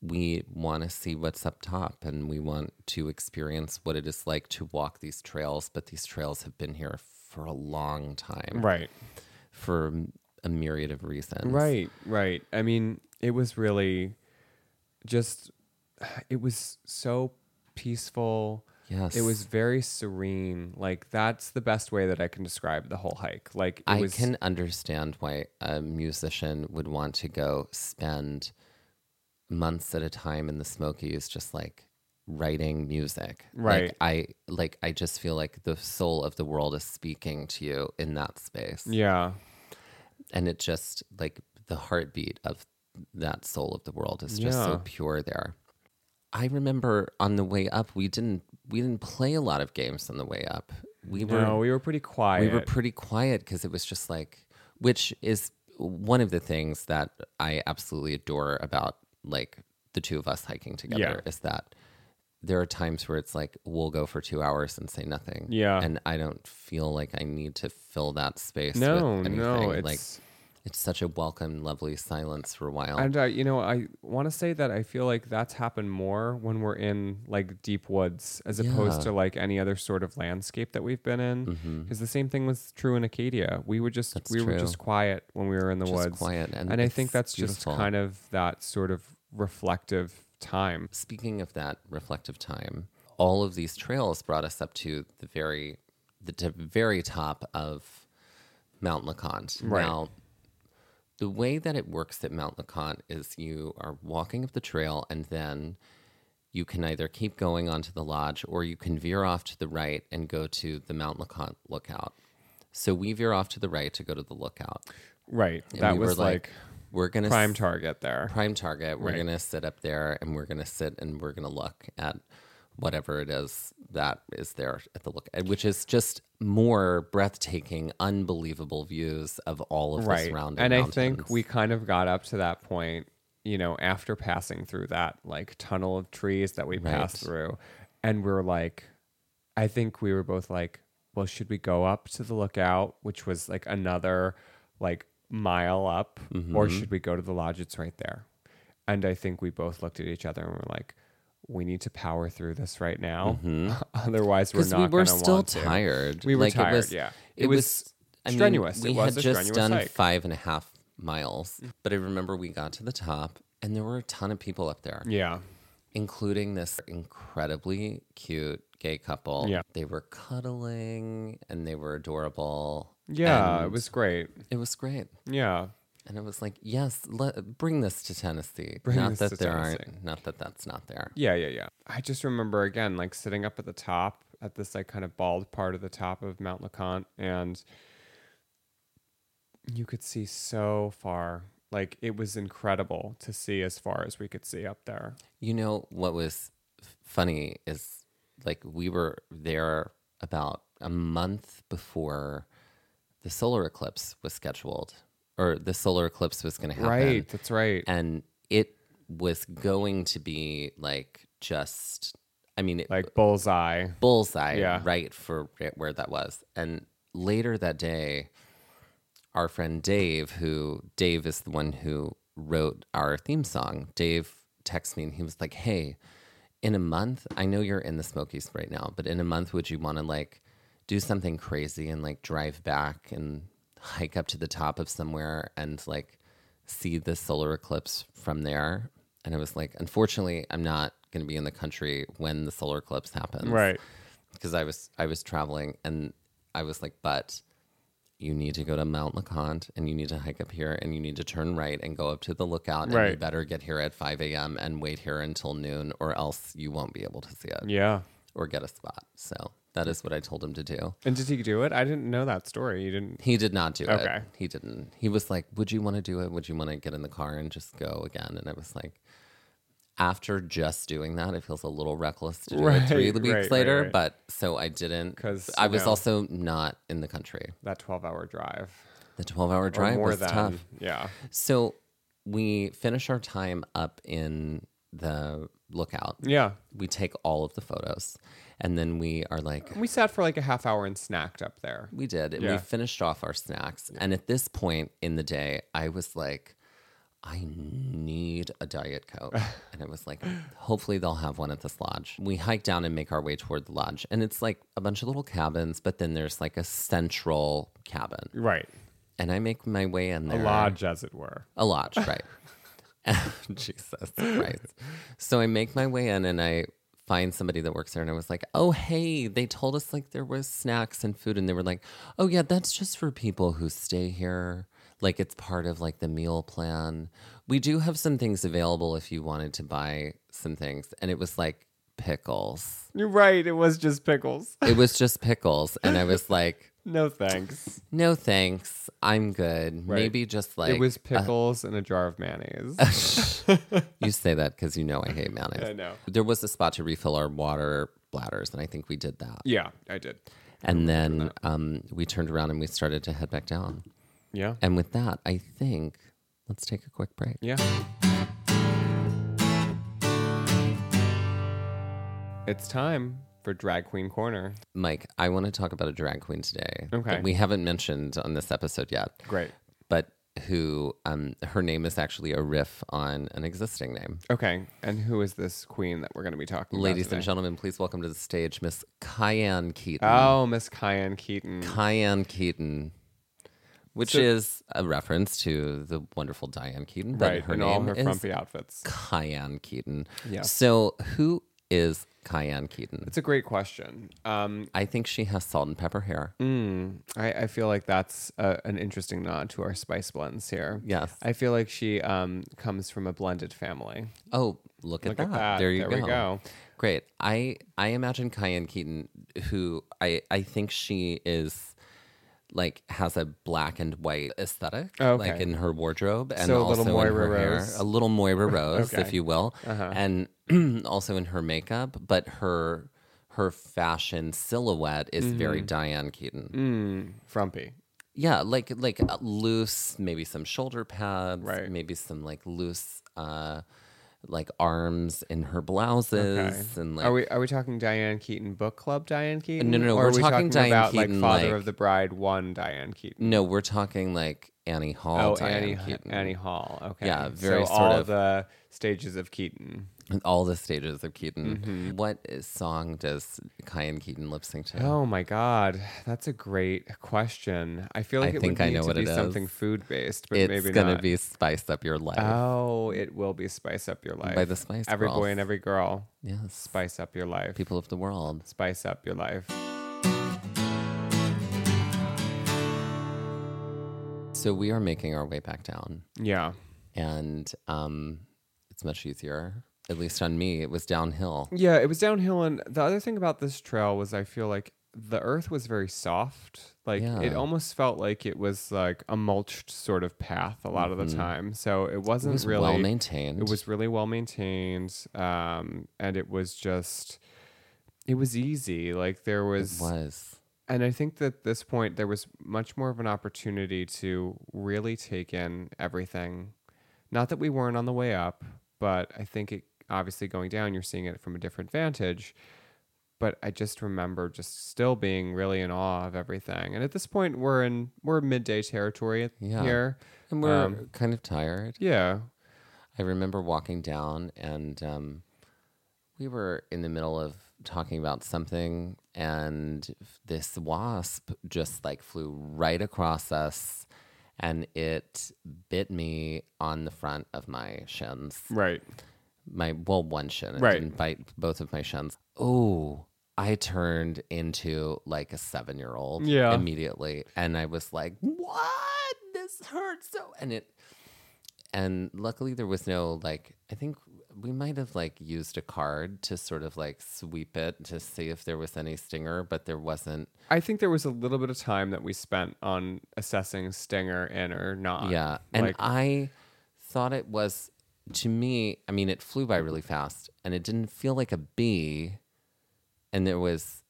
Speaker 1: we want to see what's up top and we want to experience what it is like to walk these trails, but these trails have been here for a long time
Speaker 2: Right.
Speaker 1: for a myriad of reasons.
Speaker 2: Right, right. I mean, it was really just it was so peaceful.
Speaker 1: Yes.
Speaker 2: It was very serene. Like that's the best way that I can describe the whole hike. Like it
Speaker 1: I
Speaker 2: was
Speaker 1: can understand why a musician would want to go spend months at a time in the Smokies just like writing music.
Speaker 2: Right.
Speaker 1: Like, I like I just feel like the soul of the world is speaking to you in that space.
Speaker 2: Yeah.
Speaker 1: And it just like the heartbeat of that soul of the world is just so
Speaker 2: Yeah.
Speaker 1: pure there. I remember on the way up we didn't we didn't play a lot of games on the way up. We were
Speaker 2: No, we were pretty quiet.
Speaker 1: we were pretty quiet because it was just like, which is one of the things that I absolutely adore about like the two of us hiking together is that there are times where it's like we'll go for two hours and say nothing.
Speaker 2: Yeah.
Speaker 1: and I don't feel like I need to fill that space.
Speaker 2: no,
Speaker 1: with anything.
Speaker 2: no,
Speaker 1: like
Speaker 2: it's
Speaker 1: it's such a welcome, lovely silence for a while.
Speaker 2: and uh, you know, I want to say that I feel like that's happened more when we're in like deep woods as opposed
Speaker 1: Yeah. Mm-hmm.
Speaker 2: to like any other sort of landscape that we've been in. Because the same thing was true in Acadia. We would just
Speaker 1: That's
Speaker 2: we were
Speaker 1: true.
Speaker 2: just quiet when we were in the
Speaker 1: Just
Speaker 2: woods.
Speaker 1: quiet, and,
Speaker 2: and, I think
Speaker 1: it's
Speaker 2: that's
Speaker 1: beautiful.
Speaker 2: just kind of that sort of reflective time.
Speaker 1: speaking of that reflective time, all of these trails brought us up to the very, the t- very top of Mount LeConte.
Speaker 2: Right.
Speaker 1: Now, the way that it works at Mount LeConte is you are walking up the trail and then you can either keep going onto the lodge or you can veer off to the right and go to the Mount LeConte lookout. So we veer off to the right to go to the lookout.
Speaker 2: Right.
Speaker 1: And
Speaker 2: that
Speaker 1: we were
Speaker 2: was like,
Speaker 1: we're gonna
Speaker 2: prime
Speaker 1: s-
Speaker 2: target there.
Speaker 1: prime target. We're
Speaker 2: Right.
Speaker 1: gonna sit up there and we're gonna sit and we're gonna look at whatever it is that is there at the look, which is just more breathtaking, unbelievable views of all of the
Speaker 2: Right.
Speaker 1: surrounding.
Speaker 2: And I
Speaker 1: mountains.
Speaker 2: think we kind of got up to that point, you know, after passing through that like tunnel of trees that we passed
Speaker 1: Right.
Speaker 2: through. And we are like, I think we were both like, well, should we go up to the lookout, which was like another like mile up,
Speaker 1: Mm-hmm.
Speaker 2: or should we go to the lodge? It's right there. And I think we both looked at each other and were like, we need to power through this right now. Otherwise, we're
Speaker 1: Mm-hmm. because
Speaker 2: not
Speaker 1: we were
Speaker 2: gonna
Speaker 1: still
Speaker 2: want to.
Speaker 1: tired.
Speaker 2: We were
Speaker 1: like,
Speaker 2: tired,
Speaker 1: It was,
Speaker 2: yeah.
Speaker 1: it,
Speaker 2: It
Speaker 1: was,
Speaker 2: was
Speaker 1: I mean,
Speaker 2: strenuous. It
Speaker 1: we
Speaker 2: was
Speaker 1: had
Speaker 2: a
Speaker 1: just
Speaker 2: strenuous
Speaker 1: done
Speaker 2: hike.
Speaker 1: five and a half miles, but I remember we got to the top and there were a ton of people up there.
Speaker 2: Yeah.
Speaker 1: including this incredibly cute gay couple.
Speaker 2: Yeah.
Speaker 1: They were cuddling and they were adorable.
Speaker 2: Yeah, it
Speaker 1: And
Speaker 2: was great.
Speaker 1: it was great.
Speaker 2: Yeah.
Speaker 1: And it was like, yes, let, bring this to Tennessee.
Speaker 2: Bring
Speaker 1: not
Speaker 2: this
Speaker 1: that
Speaker 2: to
Speaker 1: there
Speaker 2: Tennessee.
Speaker 1: aren't, not that that's not there.
Speaker 2: Yeah, yeah, yeah. I just remember again, like sitting up at the top at this like kind of bald part of the top of Mount LeConte, and you could see so far. Like it was incredible to see as far as we could see up there.
Speaker 1: You know what was f- funny is like we were there about a month before the solar eclipse was scheduled, or the solar eclipse was going to happen.
Speaker 2: Right, that's right.
Speaker 1: and it was going to be like just i mean it,
Speaker 2: like bullseye.
Speaker 1: bullseye
Speaker 2: yeah.
Speaker 1: right for where- where that was and later that day our friend dave who dave is the one who wrote our theme song dave texted me and he was like hey in a month i know you're in the smokies right now but in a month would you want to like do something crazy and like drive back and hike up to the top of somewhere and like see the solar eclipse from there and i was like unfortunately i'm not going to be in the country when the solar eclipse happens
Speaker 2: Right.
Speaker 1: because I was I was traveling and I was like, but you need to go to Mount LeConte and you need to hike up here and you need to turn right and go up to the lookout and you
Speaker 2: Right.
Speaker 1: better get here at 5 a.m. and wait here until noon or else you won't be able to see it
Speaker 2: Yeah.
Speaker 1: or get a spot. So that is what I told him to do.
Speaker 2: And did he do it? I didn't know that story. You didn't.
Speaker 1: He did not do it.
Speaker 2: Okay.
Speaker 1: He didn't. He was like, Would you want to do it? Would you want to get in the car and just go again? And I was like, After just doing that, it feels a little reckless to do it three
Speaker 2: Right,
Speaker 1: weeks
Speaker 2: right, right,
Speaker 1: later.
Speaker 2: right.
Speaker 1: But so I didn't.
Speaker 2: 'Cause,
Speaker 1: I
Speaker 2: you
Speaker 1: was
Speaker 2: know.
Speaker 1: also not in the country.
Speaker 2: That 12 hour drive.
Speaker 1: The 12 hour
Speaker 2: Or
Speaker 1: drive
Speaker 2: more
Speaker 1: was
Speaker 2: than.
Speaker 1: tough.
Speaker 2: Yeah.
Speaker 1: So we finish our time up in the lookout.
Speaker 2: Yeah.
Speaker 1: We take all of the photos and then we are like,
Speaker 2: We sat for like a half hour and snacked up there.
Speaker 1: We did. And we
Speaker 2: Yeah.
Speaker 1: finished off our snacks. And at this point in the day, I was like, I need a Diet Coke. and I was like, hopefully they'll have one at this lodge. We hike down and make our way toward the lodge. And it's like a bunch of little cabins, but then there's like a central cabin.
Speaker 2: Right.
Speaker 1: And I make my way in there.
Speaker 2: A lodge, as it were.
Speaker 1: A lodge, right. Jesus Christ. So I make my way in and I find somebody that works there and I was like, oh, hey, they told us like there was snacks and food. And they were like, oh, yeah, that's just for people who stay here. Like it's part of like the meal plan. We do have some things available if you wanted to buy some things. And it was like pickles.
Speaker 2: You're right. It was just pickles.
Speaker 1: It was just pickles. And I was like,
Speaker 2: No thanks.
Speaker 1: no thanks. I'm good.
Speaker 2: Right.
Speaker 1: Maybe just like uh,
Speaker 2: it was
Speaker 1: a-
Speaker 2: pickles and a jar of mayonnaise.
Speaker 1: You say that because you know I hate mayonnaise.
Speaker 2: I know.
Speaker 1: There was a spot to refill our water bladders, and I think we did that.
Speaker 2: yeah, I did.
Speaker 1: And then um, we turned around and we started to head back down.
Speaker 2: Yeah.
Speaker 1: And with that, I think let's take a quick break.
Speaker 2: Yeah. It's time for Drag Queen Corner.
Speaker 1: Mike, I want to talk about a drag queen today
Speaker 2: Okay.
Speaker 1: that we haven't mentioned on this episode yet,
Speaker 2: Great.
Speaker 1: but who um, her name is actually a riff on an existing name.
Speaker 2: Okay. And who is this queen that we're going to be talking
Speaker 1: Ladies
Speaker 2: about?
Speaker 1: and
Speaker 2: today?
Speaker 1: gentlemen, please welcome to the stage Miss Cayenne Keaton.
Speaker 2: Oh, Miss Kyan Keaton.
Speaker 1: Cayenne Keaton, which
Speaker 2: So-
Speaker 1: is a reference to the wonderful Diane Keaton, but
Speaker 2: right.
Speaker 1: her
Speaker 2: in
Speaker 1: name
Speaker 2: all her
Speaker 1: is
Speaker 2: frumpy outfits.
Speaker 1: Cayenne Keaton.
Speaker 2: Yeah.
Speaker 1: So who is Cayenne Keaton?
Speaker 2: It's a great question. Um,
Speaker 1: I think she has salt and pepper hair.
Speaker 2: mm, I, I feel like that's a, an interesting nod to our spice blends here.
Speaker 1: Yes.
Speaker 2: I feel like she um, comes from a blended family.
Speaker 1: Oh, look at,
Speaker 2: Look
Speaker 1: that.
Speaker 2: at that.
Speaker 1: There you
Speaker 2: There
Speaker 1: go.
Speaker 2: we go.
Speaker 1: Great. I I imagine Cayenne Keaton, who I I think she is. Like has a black and white aesthetic,
Speaker 2: Oh, Okay.
Speaker 1: like in her wardrobe, and
Speaker 2: So a
Speaker 1: also
Speaker 2: little
Speaker 1: in
Speaker 2: Moira
Speaker 1: her hair,
Speaker 2: Rose.
Speaker 1: a little Moira Rose, if
Speaker 2: Okay. Uh-huh.
Speaker 1: you will, and also in her makeup. But her her fashion silhouette is
Speaker 2: Mm-hmm.
Speaker 1: very Diane Keaton.
Speaker 2: Mm, frumpy.
Speaker 1: Yeah, like like uh, loose, maybe some shoulder pads,
Speaker 2: Right.
Speaker 1: maybe some like loose, uh, like arms in her blouses, and like Uh,
Speaker 2: are we are we talking Diane Keaton book club Diane Keaton?
Speaker 1: no, no,
Speaker 2: Or
Speaker 1: we're
Speaker 2: are we
Speaker 1: talking Diane
Speaker 2: about
Speaker 1: Keaton,
Speaker 2: like Father
Speaker 1: like-
Speaker 2: of the Bride one Diane Keaton.
Speaker 1: no, we're talking like Annie Hall.
Speaker 2: Oh,
Speaker 1: Diane
Speaker 2: Annie
Speaker 1: Keaton.
Speaker 2: Annie Hall. Okay,
Speaker 1: Yeah, very
Speaker 2: so
Speaker 1: sort
Speaker 2: all
Speaker 1: of-
Speaker 2: the stages of Keaton.
Speaker 1: all the stages of Keaton. What is- song does Kyan Keaton lip sync to?
Speaker 2: Mm-hmm. Oh my God, that's a great question. I feel like
Speaker 1: I
Speaker 2: it
Speaker 1: think
Speaker 2: would
Speaker 1: I
Speaker 2: need
Speaker 1: know
Speaker 2: to
Speaker 1: what
Speaker 2: be
Speaker 1: it is.
Speaker 2: something food based, but
Speaker 1: it's
Speaker 2: maybe
Speaker 1: gonna
Speaker 2: not.
Speaker 1: be "Spice Up Your Life."
Speaker 2: Oh, it will be spice up your life
Speaker 1: the Spice
Speaker 2: Every
Speaker 1: Girls.
Speaker 2: boy and every girl,
Speaker 1: yes,
Speaker 2: spice up your life.
Speaker 1: people of the world.
Speaker 2: spice up your life.
Speaker 1: So we are making our way back down,
Speaker 2: Yeah.
Speaker 1: and um, it's much easier. At least on me, it was downhill.
Speaker 2: Yeah, it was downhill. And the other thing about this trail was I feel like the earth was very soft. Like
Speaker 1: Yeah.
Speaker 2: it almost felt like it was like a mulched sort of path a lot of the time. So it
Speaker 1: Mm-hmm. It
Speaker 2: wasn't
Speaker 1: was
Speaker 2: really
Speaker 1: well maintained.
Speaker 2: It was really well maintained. Um, and it was just it was easy. Like there was,
Speaker 1: was.
Speaker 2: and I think that this point there was much more of an opportunity to really take in everything. Not that we weren't on the way up, but I think it obviously going down, you're seeing it from a different vantage. But I just remember just still being really in awe of everything. And at this point, we're in we're midday territory
Speaker 1: Yeah.
Speaker 2: here.
Speaker 1: And we're
Speaker 2: Um,
Speaker 1: kind of tired.
Speaker 2: Yeah,
Speaker 1: I remember walking down and um, we were in the middle of talking about something, and this wasp just like flew right across us and it bit me on the front of my shins.
Speaker 2: right.
Speaker 1: My, well, one shin. It
Speaker 2: Right.
Speaker 1: didn't bite both of my shins. Oh, I turned into like a seven year old
Speaker 2: Yeah.
Speaker 1: immediately. And I was like, what? This hurts so. And it, and luckily there was no like i think we might have like used a card to sort of like sweep it to see if there was any stinger but there wasn't
Speaker 2: I think there was a little bit of time that we spent on assessing Stinger in or not.
Speaker 1: yeah and
Speaker 2: like,
Speaker 1: i thought it was to me i mean it flew by really fast and it didn't feel like a bee and there was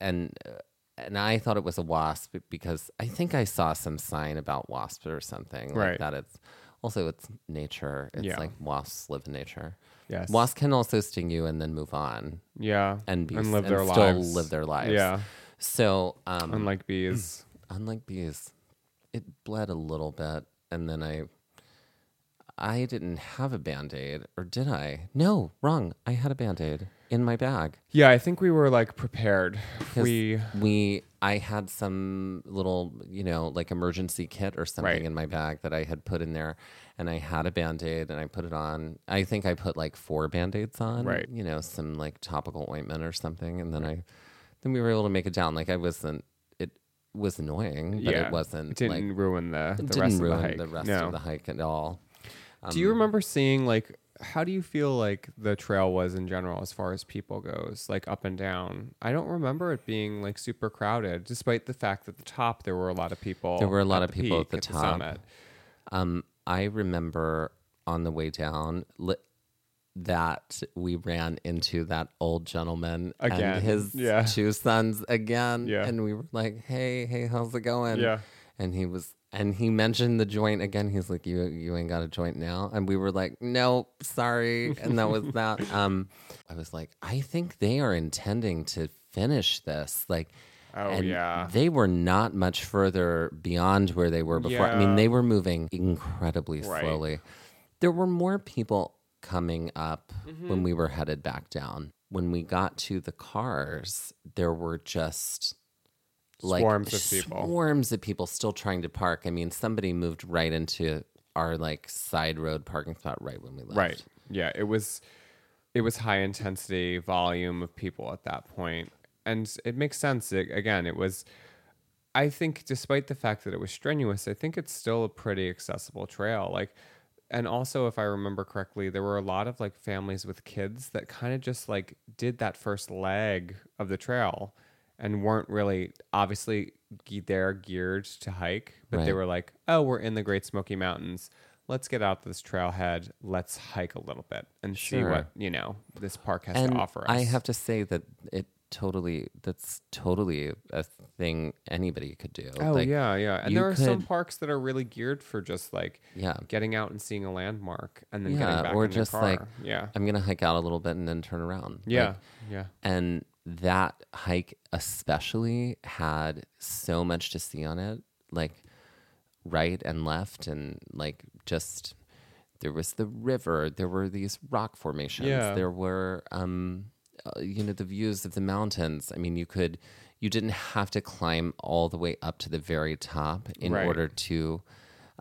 Speaker 1: and uh, and i thought it was a wasp because i think i saw some sign about wasps or something like
Speaker 2: Right.
Speaker 1: that it's also it's nature it's
Speaker 2: Yeah.
Speaker 1: like wasps live in nature
Speaker 2: yes,
Speaker 1: Wasps can also sting you and then move on
Speaker 2: yeah,
Speaker 1: and bees
Speaker 2: and live their
Speaker 1: still
Speaker 2: lives.
Speaker 1: live their lives.
Speaker 2: Yeah,
Speaker 1: So um, unlike,
Speaker 2: unlike bees.
Speaker 1: bees, it bled a little bit, and then I, I didn't have a band aid, or did I? No, wrong. I had a band aid in my bag.
Speaker 2: yeah, I think we were like prepared.
Speaker 1: 'cause
Speaker 2: We
Speaker 1: we I had some little you know like emergency kit or something
Speaker 2: Right.
Speaker 1: in my bag that I had put in there, and I had a band aid and I put it on. I think I put like four band aids on,
Speaker 2: Right.
Speaker 1: You know, some like topical ointment or something, and then I then we were able to make it down. Like I wasn't. It was annoying, but
Speaker 2: yeah,
Speaker 1: it wasn't like
Speaker 2: didn't ruin the, the rest
Speaker 1: it didn't
Speaker 2: of the
Speaker 1: ruin
Speaker 2: hike.
Speaker 1: the rest
Speaker 2: no.
Speaker 1: of the um, hike at all.
Speaker 2: do you remember seeing like how do you feel like the trail was in general as far as people goes, like up and down? I don't remember it being like super crowded, despite the fact that at the top there were a lot of people.
Speaker 1: There were a lot
Speaker 2: at
Speaker 1: of people at
Speaker 2: peak,
Speaker 1: the top.
Speaker 2: summit.
Speaker 1: Um, I remember on the way down li- that we ran into that old gentleman
Speaker 2: Again,
Speaker 1: and his
Speaker 2: yeah.
Speaker 1: two sons again,
Speaker 2: Yeah.
Speaker 1: and we were like, "Hey, hey, how's it going?"
Speaker 2: Yeah.
Speaker 1: and he was, and he mentioned the joint again. He's like, "You, you ain't got a joint now," and we were like, "Nope, sorry," and that was that. Um, I was like, "I think they are intending to finish this." Like.
Speaker 2: Oh,
Speaker 1: and
Speaker 2: yeah.
Speaker 1: they were not much further beyond where they were before. I mean,
Speaker 2: Yeah.
Speaker 1: they were moving incredibly
Speaker 2: Right.
Speaker 1: slowly. There were more people coming up when we were headed back down. When we got to the cars, there were just like
Speaker 2: Swarms of people.
Speaker 1: swarms of people still trying to park. I mean, somebody moved right into our like side road parking spot right when we left.
Speaker 2: Right. Yeah. It was it was high intensity volume of people at that point. And it makes sense. It, again, it was I think despite the fact that it was strenuous, I think it's still a pretty accessible trail. Like and also if I remember correctly, there were a lot of like families with kids that kind of just like did that first leg of the trail and weren't really obviously ge- they're geared to hike, but they
Speaker 1: Right.
Speaker 2: were like, "Oh, we're in the Great Smoky Mountains. Let's get out this trailhead. Let's hike a little bit and see
Speaker 1: Sure.
Speaker 2: what you know this park has
Speaker 1: and
Speaker 2: to offer us."
Speaker 1: I have to say that it totally that's totally a thing anybody could do.
Speaker 2: Oh
Speaker 1: Like,
Speaker 2: yeah, yeah. And
Speaker 1: you
Speaker 2: there are some
Speaker 1: could-
Speaker 2: parks that are really geared for just like
Speaker 1: Yeah.
Speaker 2: getting out and seeing a landmark and then
Speaker 1: Yeah,
Speaker 2: getting back
Speaker 1: or
Speaker 2: in
Speaker 1: just
Speaker 2: the car.
Speaker 1: like
Speaker 2: yeah,
Speaker 1: I'm gonna hike out a little bit and then turn around.
Speaker 2: yeah,
Speaker 1: Like,
Speaker 2: yeah.
Speaker 1: and that hike especially had so much to see on it, like right and left, and like just There was the river. There were these rock formations.
Speaker 2: Yeah.
Speaker 1: There were, um, uh, you know, the views of the mountains. I mean, you could, you didn't have to climb all the way up to the very top in
Speaker 2: Right.
Speaker 1: order to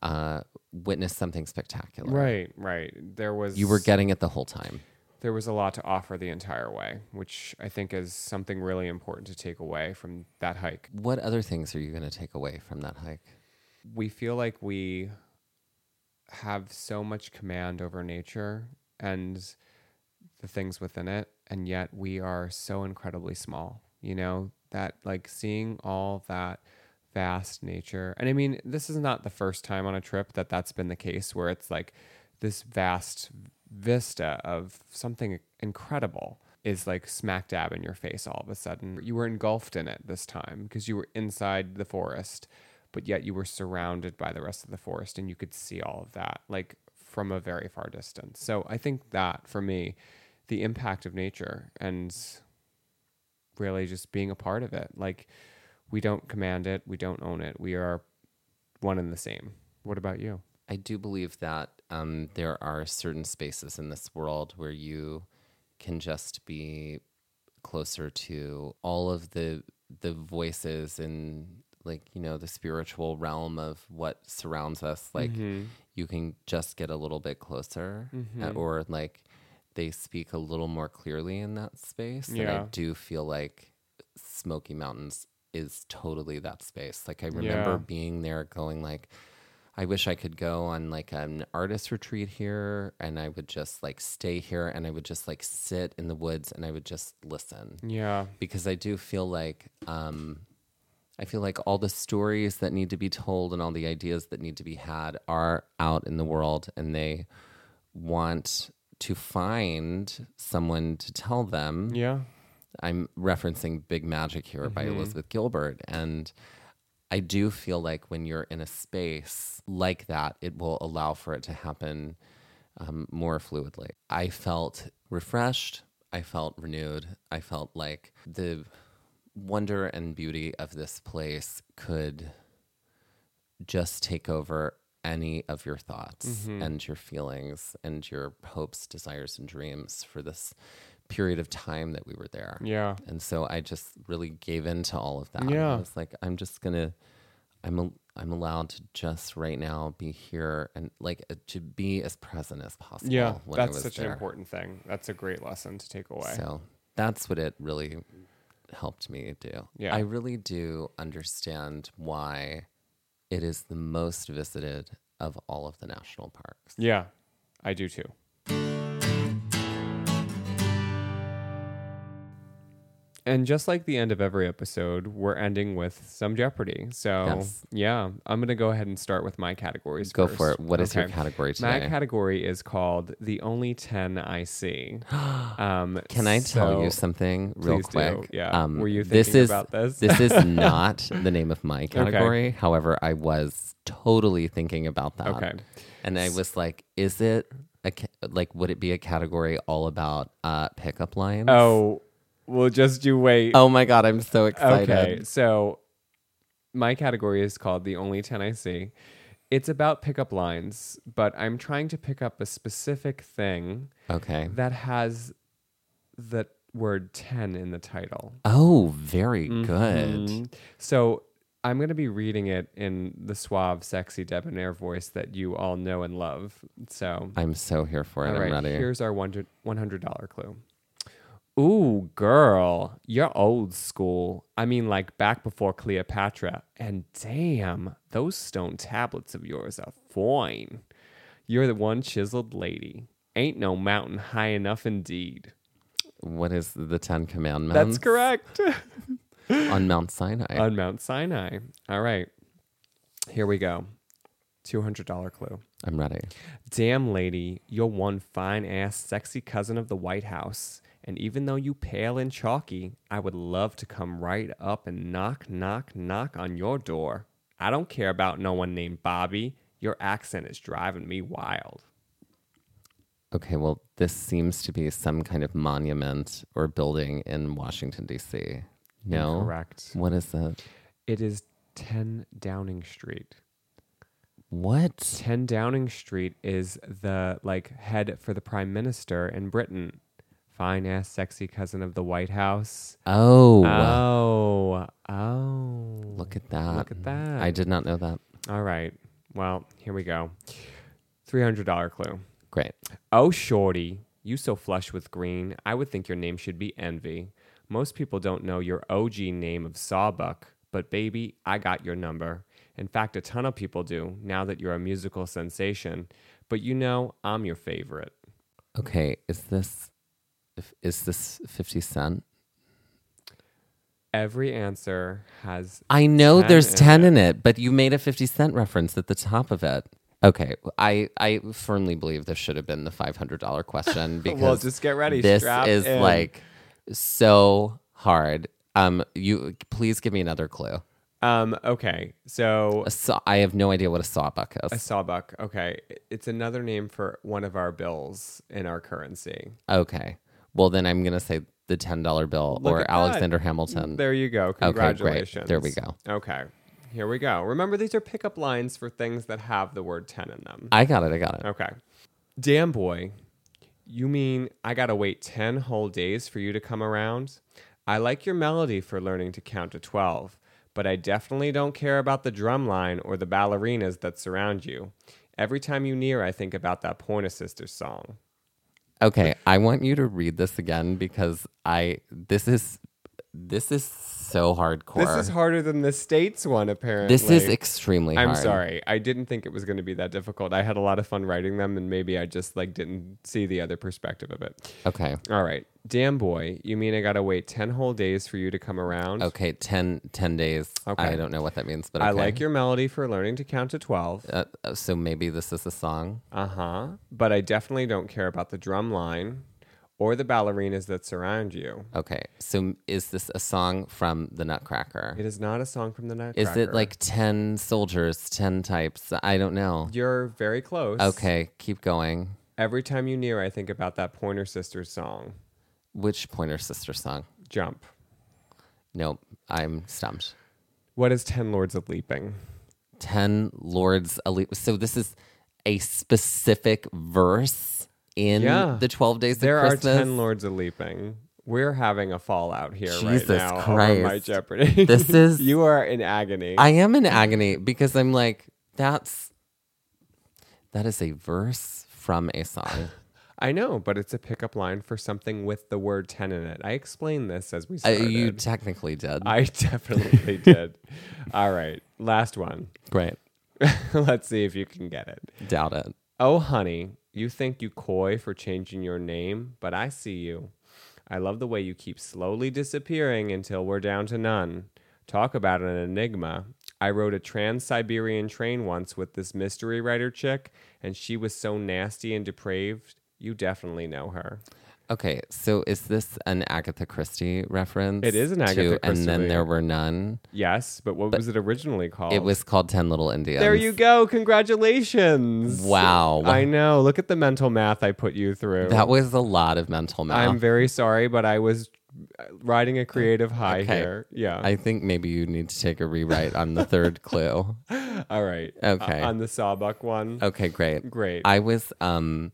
Speaker 1: uh, witness something spectacular.
Speaker 2: Right, right. There was
Speaker 1: You were getting it the whole time.
Speaker 2: there was a lot to offer the entire way, which I think is something really important to take away from that hike.
Speaker 1: What other things are you going to take away from that hike?
Speaker 2: We feel like we have so much command over nature and the things within it, and yet we are so incredibly small. You know, that like seeing all that vast nature. And I mean, this is not the first time on a trip that that's been the case where it's like this vast vista of something incredible is like smack dab in your face all of a sudden. You were engulfed in it this time because you were inside the forest, but yet you were surrounded by the rest of the forest and you could see all of that like from a very far distance. So I think that for me, the impact of nature and really just being a part of it. Like we don't command it, we don't own it. We are one and the same. What about you?
Speaker 1: I do believe that um, there are certain spaces in this world where you can just be closer to all of the the voices and like you know the spiritual realm of what surrounds us. Like
Speaker 2: Mm-hmm.
Speaker 1: you can just get a little bit closer, uh, or like they speak a little more clearly in that space. And I
Speaker 2: Yeah.
Speaker 1: do feel like Smoky Mountains is totally that space. Like I remember
Speaker 2: Yeah.
Speaker 1: being there going like I wish I could go on like an artist retreat here and I would just like stay here and I would just like sit in the woods and I would just listen
Speaker 2: Yeah.
Speaker 1: because I do feel like um I feel like all the stories that need to be told and all the ideas that need to be had are out in the world and they want to find someone to tell them
Speaker 2: Yeah.
Speaker 1: I'm referencing Big Magic here by Elizabeth Gilbert. And I do feel like when you're in a space like that, it will allow for it to happen um, more fluidly. I felt refreshed. I felt renewed. I felt like the wonder and beauty of this place could just take over any of your thoughts and your feelings and your hopes, desires, and dreams for this period of time that we were there.
Speaker 2: Yeah.
Speaker 1: And so I just really gave in to all of that. I
Speaker 2: Yeah.
Speaker 1: was like, I'm just gonna, I'm, a, I'm allowed to just right now be here and like uh, to be as present as possible.
Speaker 2: Yeah.
Speaker 1: when I
Speaker 2: That's
Speaker 1: was
Speaker 2: such
Speaker 1: there.
Speaker 2: an important thing. That's a great lesson to take away.
Speaker 1: So that's what it really helped me do.
Speaker 2: Yeah.
Speaker 1: I really do understand why it is the most visited of all of the national parks.
Speaker 2: Yeah. I do too. And just like the end of every episode, we're ending with some Jeopardy. So,
Speaker 1: Yes.
Speaker 2: yeah, I'm going to go ahead and start with my categories.
Speaker 1: Go
Speaker 2: first.
Speaker 1: for it. What is your
Speaker 2: Okay.
Speaker 1: category
Speaker 2: My
Speaker 1: today?
Speaker 2: category is called "The Only Ten I See." Um,
Speaker 1: Can I tell you
Speaker 2: so-
Speaker 1: something real
Speaker 2: please do,
Speaker 1: quick? Um,
Speaker 2: yeah. Were you
Speaker 1: this
Speaker 2: thinking
Speaker 1: is,
Speaker 2: about this?
Speaker 1: this is not the name of my category. However, I was totally thinking about that.
Speaker 2: Okay.
Speaker 1: And I was like, is it a ca- like would it be a category all about uh, pickup lines?
Speaker 2: Oh, well, just you wait.
Speaker 1: Oh my god, I'm so excited.
Speaker 2: okay. So, my category is called "The Only Ten I See." It's about pickup lines, but I'm trying to pick up a specific thing
Speaker 1: Okay.
Speaker 2: that has the word ten in the title.
Speaker 1: Oh, very good.
Speaker 2: Mhm. So I'm going to be reading it in the suave, sexy, debonair voice that you all know and love. So
Speaker 1: I'm so here for it.
Speaker 2: All
Speaker 1: I'm
Speaker 2: right,
Speaker 1: ready.
Speaker 2: here's our $100 $100 clue. Ooh, girl, you're old school. I mean, like back before Cleopatra. And damn, those stone tablets of yours are fine. You're the one chiseled lady. Ain't no mountain high enough, indeed.
Speaker 1: What is the Ten Commandments?
Speaker 2: That's uh, correct.
Speaker 1: On Mount Sinai.
Speaker 2: On Mount Sinai. All right. Here we go. $200 clue.
Speaker 1: I'm ready.
Speaker 2: Damn, lady, you're one fine ass, sexy cousin of the White House. And even though you pale and chalky, I would love to come right up and knock, knock, knock on your door. I don't care about no one named Bobby. Your accent is driving me wild.
Speaker 1: Okay, well, this seems to be some kind of monument or building in Washington, D.C. No?
Speaker 2: Correct.
Speaker 1: What is it?
Speaker 2: It is 10 Downing Street.
Speaker 1: What?
Speaker 2: 10 Downing Street is the like head for the prime minister in Britain. Fine ass, sexy cousin of the White House.
Speaker 1: Oh,
Speaker 2: Uh, Oh, oh.
Speaker 1: look at that.
Speaker 2: Look at that.
Speaker 1: Uh, I did not know that.
Speaker 2: All right. Well, here we go. $300 clue.
Speaker 1: Great.
Speaker 2: Oh, shorty, you so flush with green. I would think your name should be Envy. Most people don't know your OG name of Sawbuck, but baby, I got your number. In fact, a ton of people do now that you're a musical sensation. But you know, I'm your favorite.
Speaker 1: Okay, is this if- is this 50 cent?
Speaker 2: Every answer has.
Speaker 1: I know
Speaker 2: 10
Speaker 1: there's
Speaker 2: in
Speaker 1: 10
Speaker 2: it.
Speaker 1: in it, but you made a 50 cent reference at the top of it. Okay, I I firmly believe this should have been the $500 question because
Speaker 2: just get ready,
Speaker 1: This
Speaker 2: strap
Speaker 1: is
Speaker 2: in.
Speaker 1: like so hard. Um you please give me another clue.
Speaker 2: Um, okay, so
Speaker 1: A saw, I have no idea what a sawbuck
Speaker 2: a
Speaker 1: is.
Speaker 2: Sawbuck, okay, it's another name for one of our bills in our currency.
Speaker 1: Okay. Well then I'm going to say the $10 bill
Speaker 2: Look
Speaker 1: or
Speaker 2: at
Speaker 1: Alexander
Speaker 2: that.
Speaker 1: Hamilton.
Speaker 2: There you go. Congratulations.
Speaker 1: There we go.
Speaker 2: Okay. Here we go. Remember, these are pickup lines for things that have the word 10 in them.
Speaker 1: I got it. I got it.
Speaker 2: Okay. Damn boy, you mean I gotta wait 10 whole days for you to come around? I like your melody for learning to count to 12, but I definitely don't care about the drum line or the ballerinas that surround you. Every time you near, I think about that Pointer Sisters song.
Speaker 1: Okay, I want you to read this again because I this is this is so hardcore.
Speaker 2: This is harder than the States one, apparently.
Speaker 1: This is extremely hard.
Speaker 2: I'm sorry. I didn't think it was going to be that difficult. I had a lot of fun writing them and maybe I just like didn't see the other perspective of it.
Speaker 1: Okay.
Speaker 2: All right. Damn boy, you mean I got to wait 10 whole days for you to come around?
Speaker 1: Okay, 10, 10 days.
Speaker 2: Okay.
Speaker 1: I don't know what that means, but
Speaker 2: I
Speaker 1: okay.
Speaker 2: like your melody for learning to count to 12.
Speaker 1: Uh, uh, so maybe this is a song.
Speaker 2: Uh-huh. But I definitely don't care about the drum line or the ballerinas that surround you.
Speaker 1: Okay. So is this a song from the Nutcracker?
Speaker 2: It is not a song from the
Speaker 1: Is
Speaker 2: Nutcracker.
Speaker 1: it like 10 soldiers, 10 types? I don't know.
Speaker 2: You're very close.
Speaker 1: Okay, keep going.
Speaker 2: Every time you near, I think about that Pointer Sisters song.
Speaker 1: Which Pointer Sister song?
Speaker 2: Jump.
Speaker 1: Nope, I'm stumped.
Speaker 2: What is 10 Lords of Leaping?
Speaker 1: 10 lords elite. So this is a specific verse in
Speaker 2: Yeah.
Speaker 1: the 12 days
Speaker 2: There
Speaker 1: of
Speaker 2: are
Speaker 1: Christmas.
Speaker 2: ten lords a leaping. We're having a fallout here
Speaker 1: Jesus
Speaker 2: right now over my
Speaker 1: Christ.
Speaker 2: Jeopardy.
Speaker 1: This is-
Speaker 2: you are in agony.
Speaker 1: I am in agony because I'm like, that's that is a verse from a song.
Speaker 2: I know, but it's a pickup line for something with the word ten in it. I explained this as we
Speaker 1: Uh,
Speaker 2: started.
Speaker 1: you technically did.
Speaker 2: I definitely did. All right, last one.
Speaker 1: Great.
Speaker 2: Let's see if you can get it.
Speaker 1: Doubt it.
Speaker 2: Oh, honey, you think you coy for changing your name, but I see you. I love the way you keep slowly disappearing until we're down to none. Talk about an enigma. I rode a trans Siberian train once with this mystery writer chick, and she was so nasty and depraved. You definitely know her.
Speaker 1: Okay, so is this an Agatha Christie reference?
Speaker 2: It is an Agatha
Speaker 1: to And then
Speaker 2: Christie.
Speaker 1: there were none.
Speaker 2: Yes, but what was it originally called?
Speaker 1: It was called Ten Little Indians.
Speaker 2: There you go. Congratulations.
Speaker 1: Wow.
Speaker 2: I know. Look at the mental math I put you through.
Speaker 1: That was a lot of mental math.
Speaker 2: I'm very sorry, but I was uh, riding a creative high
Speaker 1: Uh, Okay.
Speaker 2: here. Yeah.
Speaker 1: I think maybe you need to take a rewrite on the third clue.
Speaker 2: All right.
Speaker 1: Okay.
Speaker 2: Uh, on the Sawbuck one.
Speaker 1: Okay, great.
Speaker 2: Great.
Speaker 1: I was um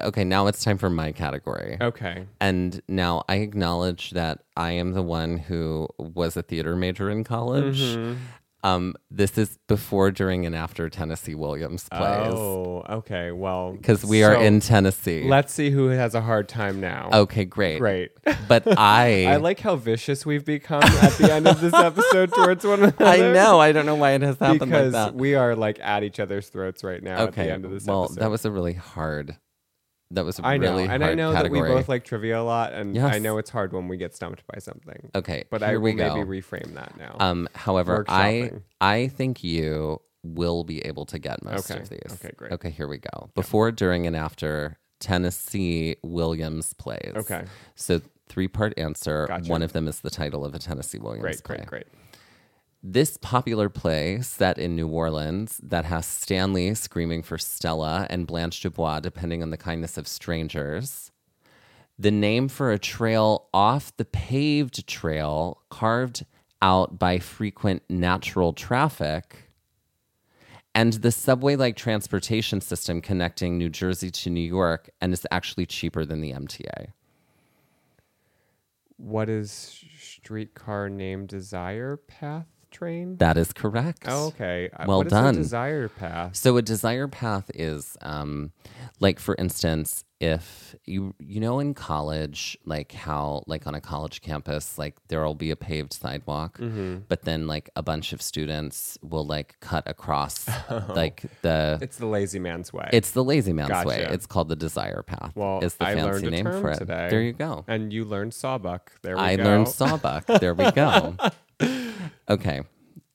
Speaker 1: okay, now it's time for my category.
Speaker 2: okay.
Speaker 1: And now I acknowledge that I am the one who was a theater major in college.
Speaker 2: Mm-hmm.
Speaker 1: Um this is before, during and after Tennessee Williams plays
Speaker 2: Oh, okay. Well,
Speaker 1: cuz we are
Speaker 2: so
Speaker 1: in Tennessee.
Speaker 2: Let's see who has a hard time now.
Speaker 1: okay, great.
Speaker 2: Great.
Speaker 1: But I
Speaker 2: I like how vicious we've become at the end of this episode towards one another.
Speaker 1: I know, I don't know why it has happened
Speaker 2: Because
Speaker 1: like that.
Speaker 2: we are like at each other's throats right now at the end of this
Speaker 1: well,
Speaker 2: episode.
Speaker 1: that was a really hard. That was a
Speaker 2: I know,
Speaker 1: really hard
Speaker 2: and I know that
Speaker 1: category.
Speaker 2: we both like trivia a lot, and I
Speaker 1: Yes.
Speaker 2: know it's hard when we get stumped by something.
Speaker 1: okay,
Speaker 2: but
Speaker 1: here
Speaker 2: I
Speaker 1: we
Speaker 2: will
Speaker 1: go.
Speaker 2: maybe reframe that now.
Speaker 1: um, however, I
Speaker 2: workshopping.
Speaker 1: I think you will be able to get most
Speaker 2: Okay,
Speaker 1: of these.
Speaker 2: okay, great.
Speaker 1: Okay, here we go. Before, during, and after Tennessee Williams plays.
Speaker 2: Okay.
Speaker 1: so three part answer.
Speaker 2: Gotcha.
Speaker 1: One of them is the title of a Tennessee Williams
Speaker 2: great,
Speaker 1: play.
Speaker 2: great, great.
Speaker 1: This popular play set in New Orleans that has Stanley screaming for Stella and Blanche Dubois, depending on the kindness of strangers. The name for a trail off the paved trail carved out by frequent natural traffic. and the subway like transportation system connecting New Jersey to New York and is actually cheaper than the MTA.
Speaker 2: What is streetcar named Desire Path train?
Speaker 1: That is correct.
Speaker 2: oh, okay. Uh,
Speaker 1: Well
Speaker 2: what is
Speaker 1: done.
Speaker 2: a desire path.
Speaker 1: So a desire path is um like for instance if you you know in college like how like on a college campus like there'll be a paved sidewalk
Speaker 2: Mm-hmm.
Speaker 1: but then like a bunch of students will like cut across
Speaker 2: Oh.
Speaker 1: like the
Speaker 2: It's the lazy man's way.
Speaker 1: it's the lazy man's way.
Speaker 2: Gotcha.
Speaker 1: It's called the desire path.
Speaker 2: well,
Speaker 1: is the
Speaker 2: I
Speaker 1: fancy
Speaker 2: learned a
Speaker 1: name
Speaker 2: term
Speaker 1: for it.
Speaker 2: today.
Speaker 1: There you go.
Speaker 2: And you learned sawbuck. There we
Speaker 1: I
Speaker 2: go.
Speaker 1: learned sawbuck. There we go. okay.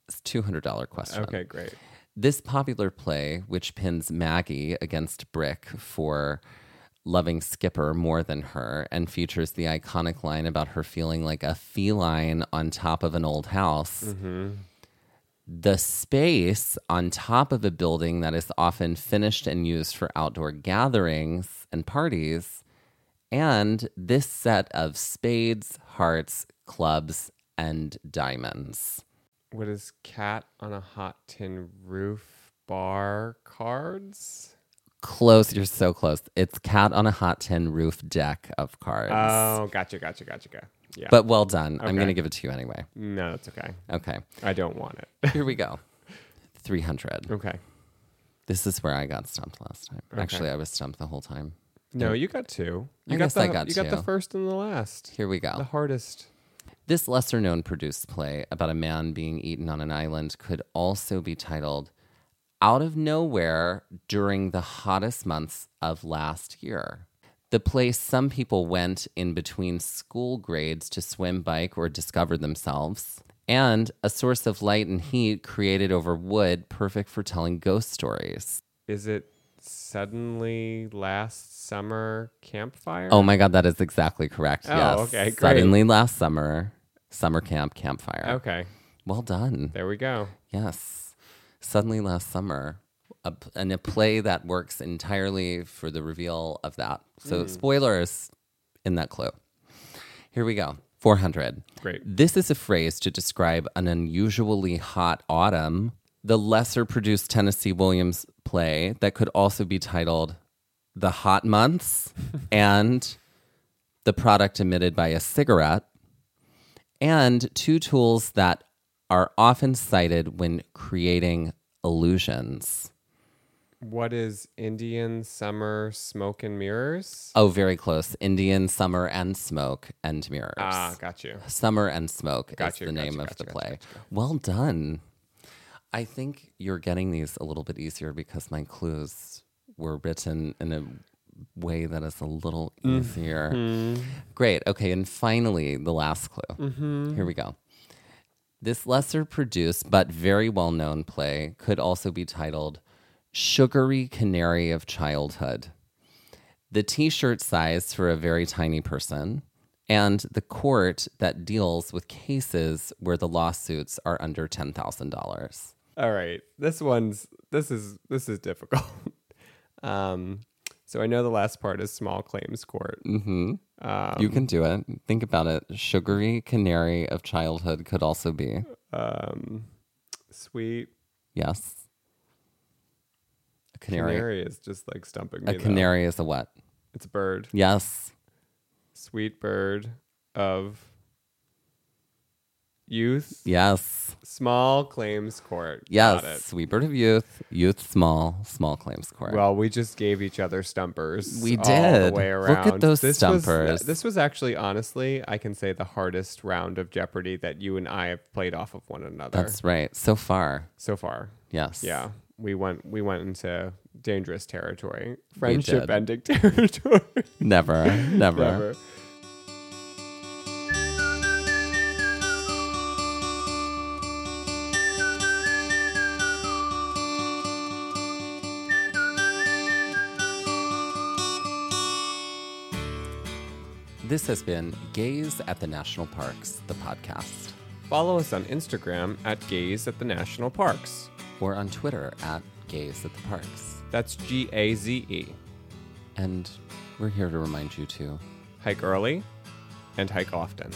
Speaker 1: It's $200 question.
Speaker 2: Okay, great.
Speaker 1: This popular play, which pins Maggie against Brick for loving Skipper more than her and features the iconic line about her feeling like a feline on top of an old house. The space on top of a building that is often finished and used for outdoor gatherings and parties, and this set of spades, hearts, clubs, and diamonds.
Speaker 2: What is cat on a hot tin roof bar cards?
Speaker 1: Close. You're so close. It's cat on a hot tin roof deck of cards.
Speaker 2: Oh, gotcha, gotcha, gotcha, gotcha. Yeah.
Speaker 1: but well done. I'm
Speaker 2: Okay.
Speaker 1: going to give it to you anyway.
Speaker 2: no, that's okay.
Speaker 1: Okay.
Speaker 2: I don't want it.
Speaker 1: Here we go. 300.
Speaker 2: okay.
Speaker 1: This is where I got stumped last time. Actually, I was stumped the whole time.
Speaker 2: No, you got two.
Speaker 1: I
Speaker 2: You
Speaker 1: guess
Speaker 2: got the,
Speaker 1: I got
Speaker 2: You got
Speaker 1: two.
Speaker 2: the first and the last.
Speaker 1: Here we go.
Speaker 2: The hardest.
Speaker 1: This lesser known produced play about a man being eaten on an island could also be titled Out of Nowhere During the Hottest Months of Last Year. The place some people went in between school grades to swim, bike, or discover themselves, and a source of light and heat created over wood, perfect for telling ghost stories.
Speaker 2: Is it suddenly last summer campfire?
Speaker 1: Oh my God, that is exactly correct.
Speaker 2: Oh,
Speaker 1: yes.
Speaker 2: okay, great. Oh.
Speaker 1: Suddenly last summer, summer camp, campfire.
Speaker 2: Okay.
Speaker 1: Well done.
Speaker 2: There we go.
Speaker 1: Yes. Suddenly last summer, a, p- and a play that works entirely for the reveal of that. So, spoilers in that clue. Here we go 400.
Speaker 2: Great.
Speaker 1: This is a phrase to describe an unusually hot autumn. The lesser produced Tennessee Williams play that could also be titled The Hot Months and the product emitted by a cigarette, and two tools that are often cited when creating illusions.
Speaker 2: What is Indian summer smoke and mirrors?
Speaker 1: Oh, very close. Indian summer and smoke and mirrors.
Speaker 2: Ah, got you.
Speaker 1: Summer and Smoke is
Speaker 2: Gotcha,
Speaker 1: the name
Speaker 2: gotcha,
Speaker 1: of
Speaker 2: gotcha,
Speaker 1: the
Speaker 2: gotcha,
Speaker 1: play. Well done. I think you're getting these a little bit easier because my clues were written in a way that is a little
Speaker 2: Mm-hmm.
Speaker 1: easier. Great. Okay. And finally, the last clue.
Speaker 2: Mm-hmm.
Speaker 1: Here we go. This lesser produced but very well known play could also be titled Sugary Canary of Childhood the t shirt size for a very tiny person, and the court that deals with cases where the lawsuits are under $10,000.
Speaker 2: All right. This one's this is this is difficult. um so I know the last part is small claims court.
Speaker 1: Mm-hmm.
Speaker 2: Uh, Um,
Speaker 1: you can do it. Think about it. Sugary canary of childhood could also be.
Speaker 2: Um sweet
Speaker 1: Yes. A canary.
Speaker 2: canary, is just like stumping me.
Speaker 1: a
Speaker 2: though.
Speaker 1: canary is a what?
Speaker 2: It's a bird.
Speaker 1: Yes.
Speaker 2: Sweet bird of youth.
Speaker 1: Yes.
Speaker 2: Small claims court. Got
Speaker 1: Yes.
Speaker 2: it.
Speaker 1: Sweet bird of youth. Youth small. Small claims court.
Speaker 2: Well, we just gave each other stumpers.
Speaker 1: We
Speaker 2: All the
Speaker 1: did.
Speaker 2: way
Speaker 1: Look at
Speaker 2: around.
Speaker 1: those
Speaker 2: Was,
Speaker 1: stumpers.
Speaker 2: this was actually, honestly, I can say the hardest round of Jeopardy that you and I have played off of one another
Speaker 1: That's right. So far.
Speaker 2: so far.
Speaker 1: Yes.
Speaker 2: Yeah, we went we went into dangerous territory, friendship
Speaker 1: did.
Speaker 2: ending territory.
Speaker 1: Never. Never.
Speaker 2: Never.
Speaker 1: This has been Gaze at the National Parks, the podcast,
Speaker 2: Follow us on Instagram at Gaze at the National Parks.
Speaker 1: or on Twitter at Gaze at the Parks.
Speaker 2: That's G A Z E.
Speaker 1: And we're here to remind you to
Speaker 2: Hike early and hike often.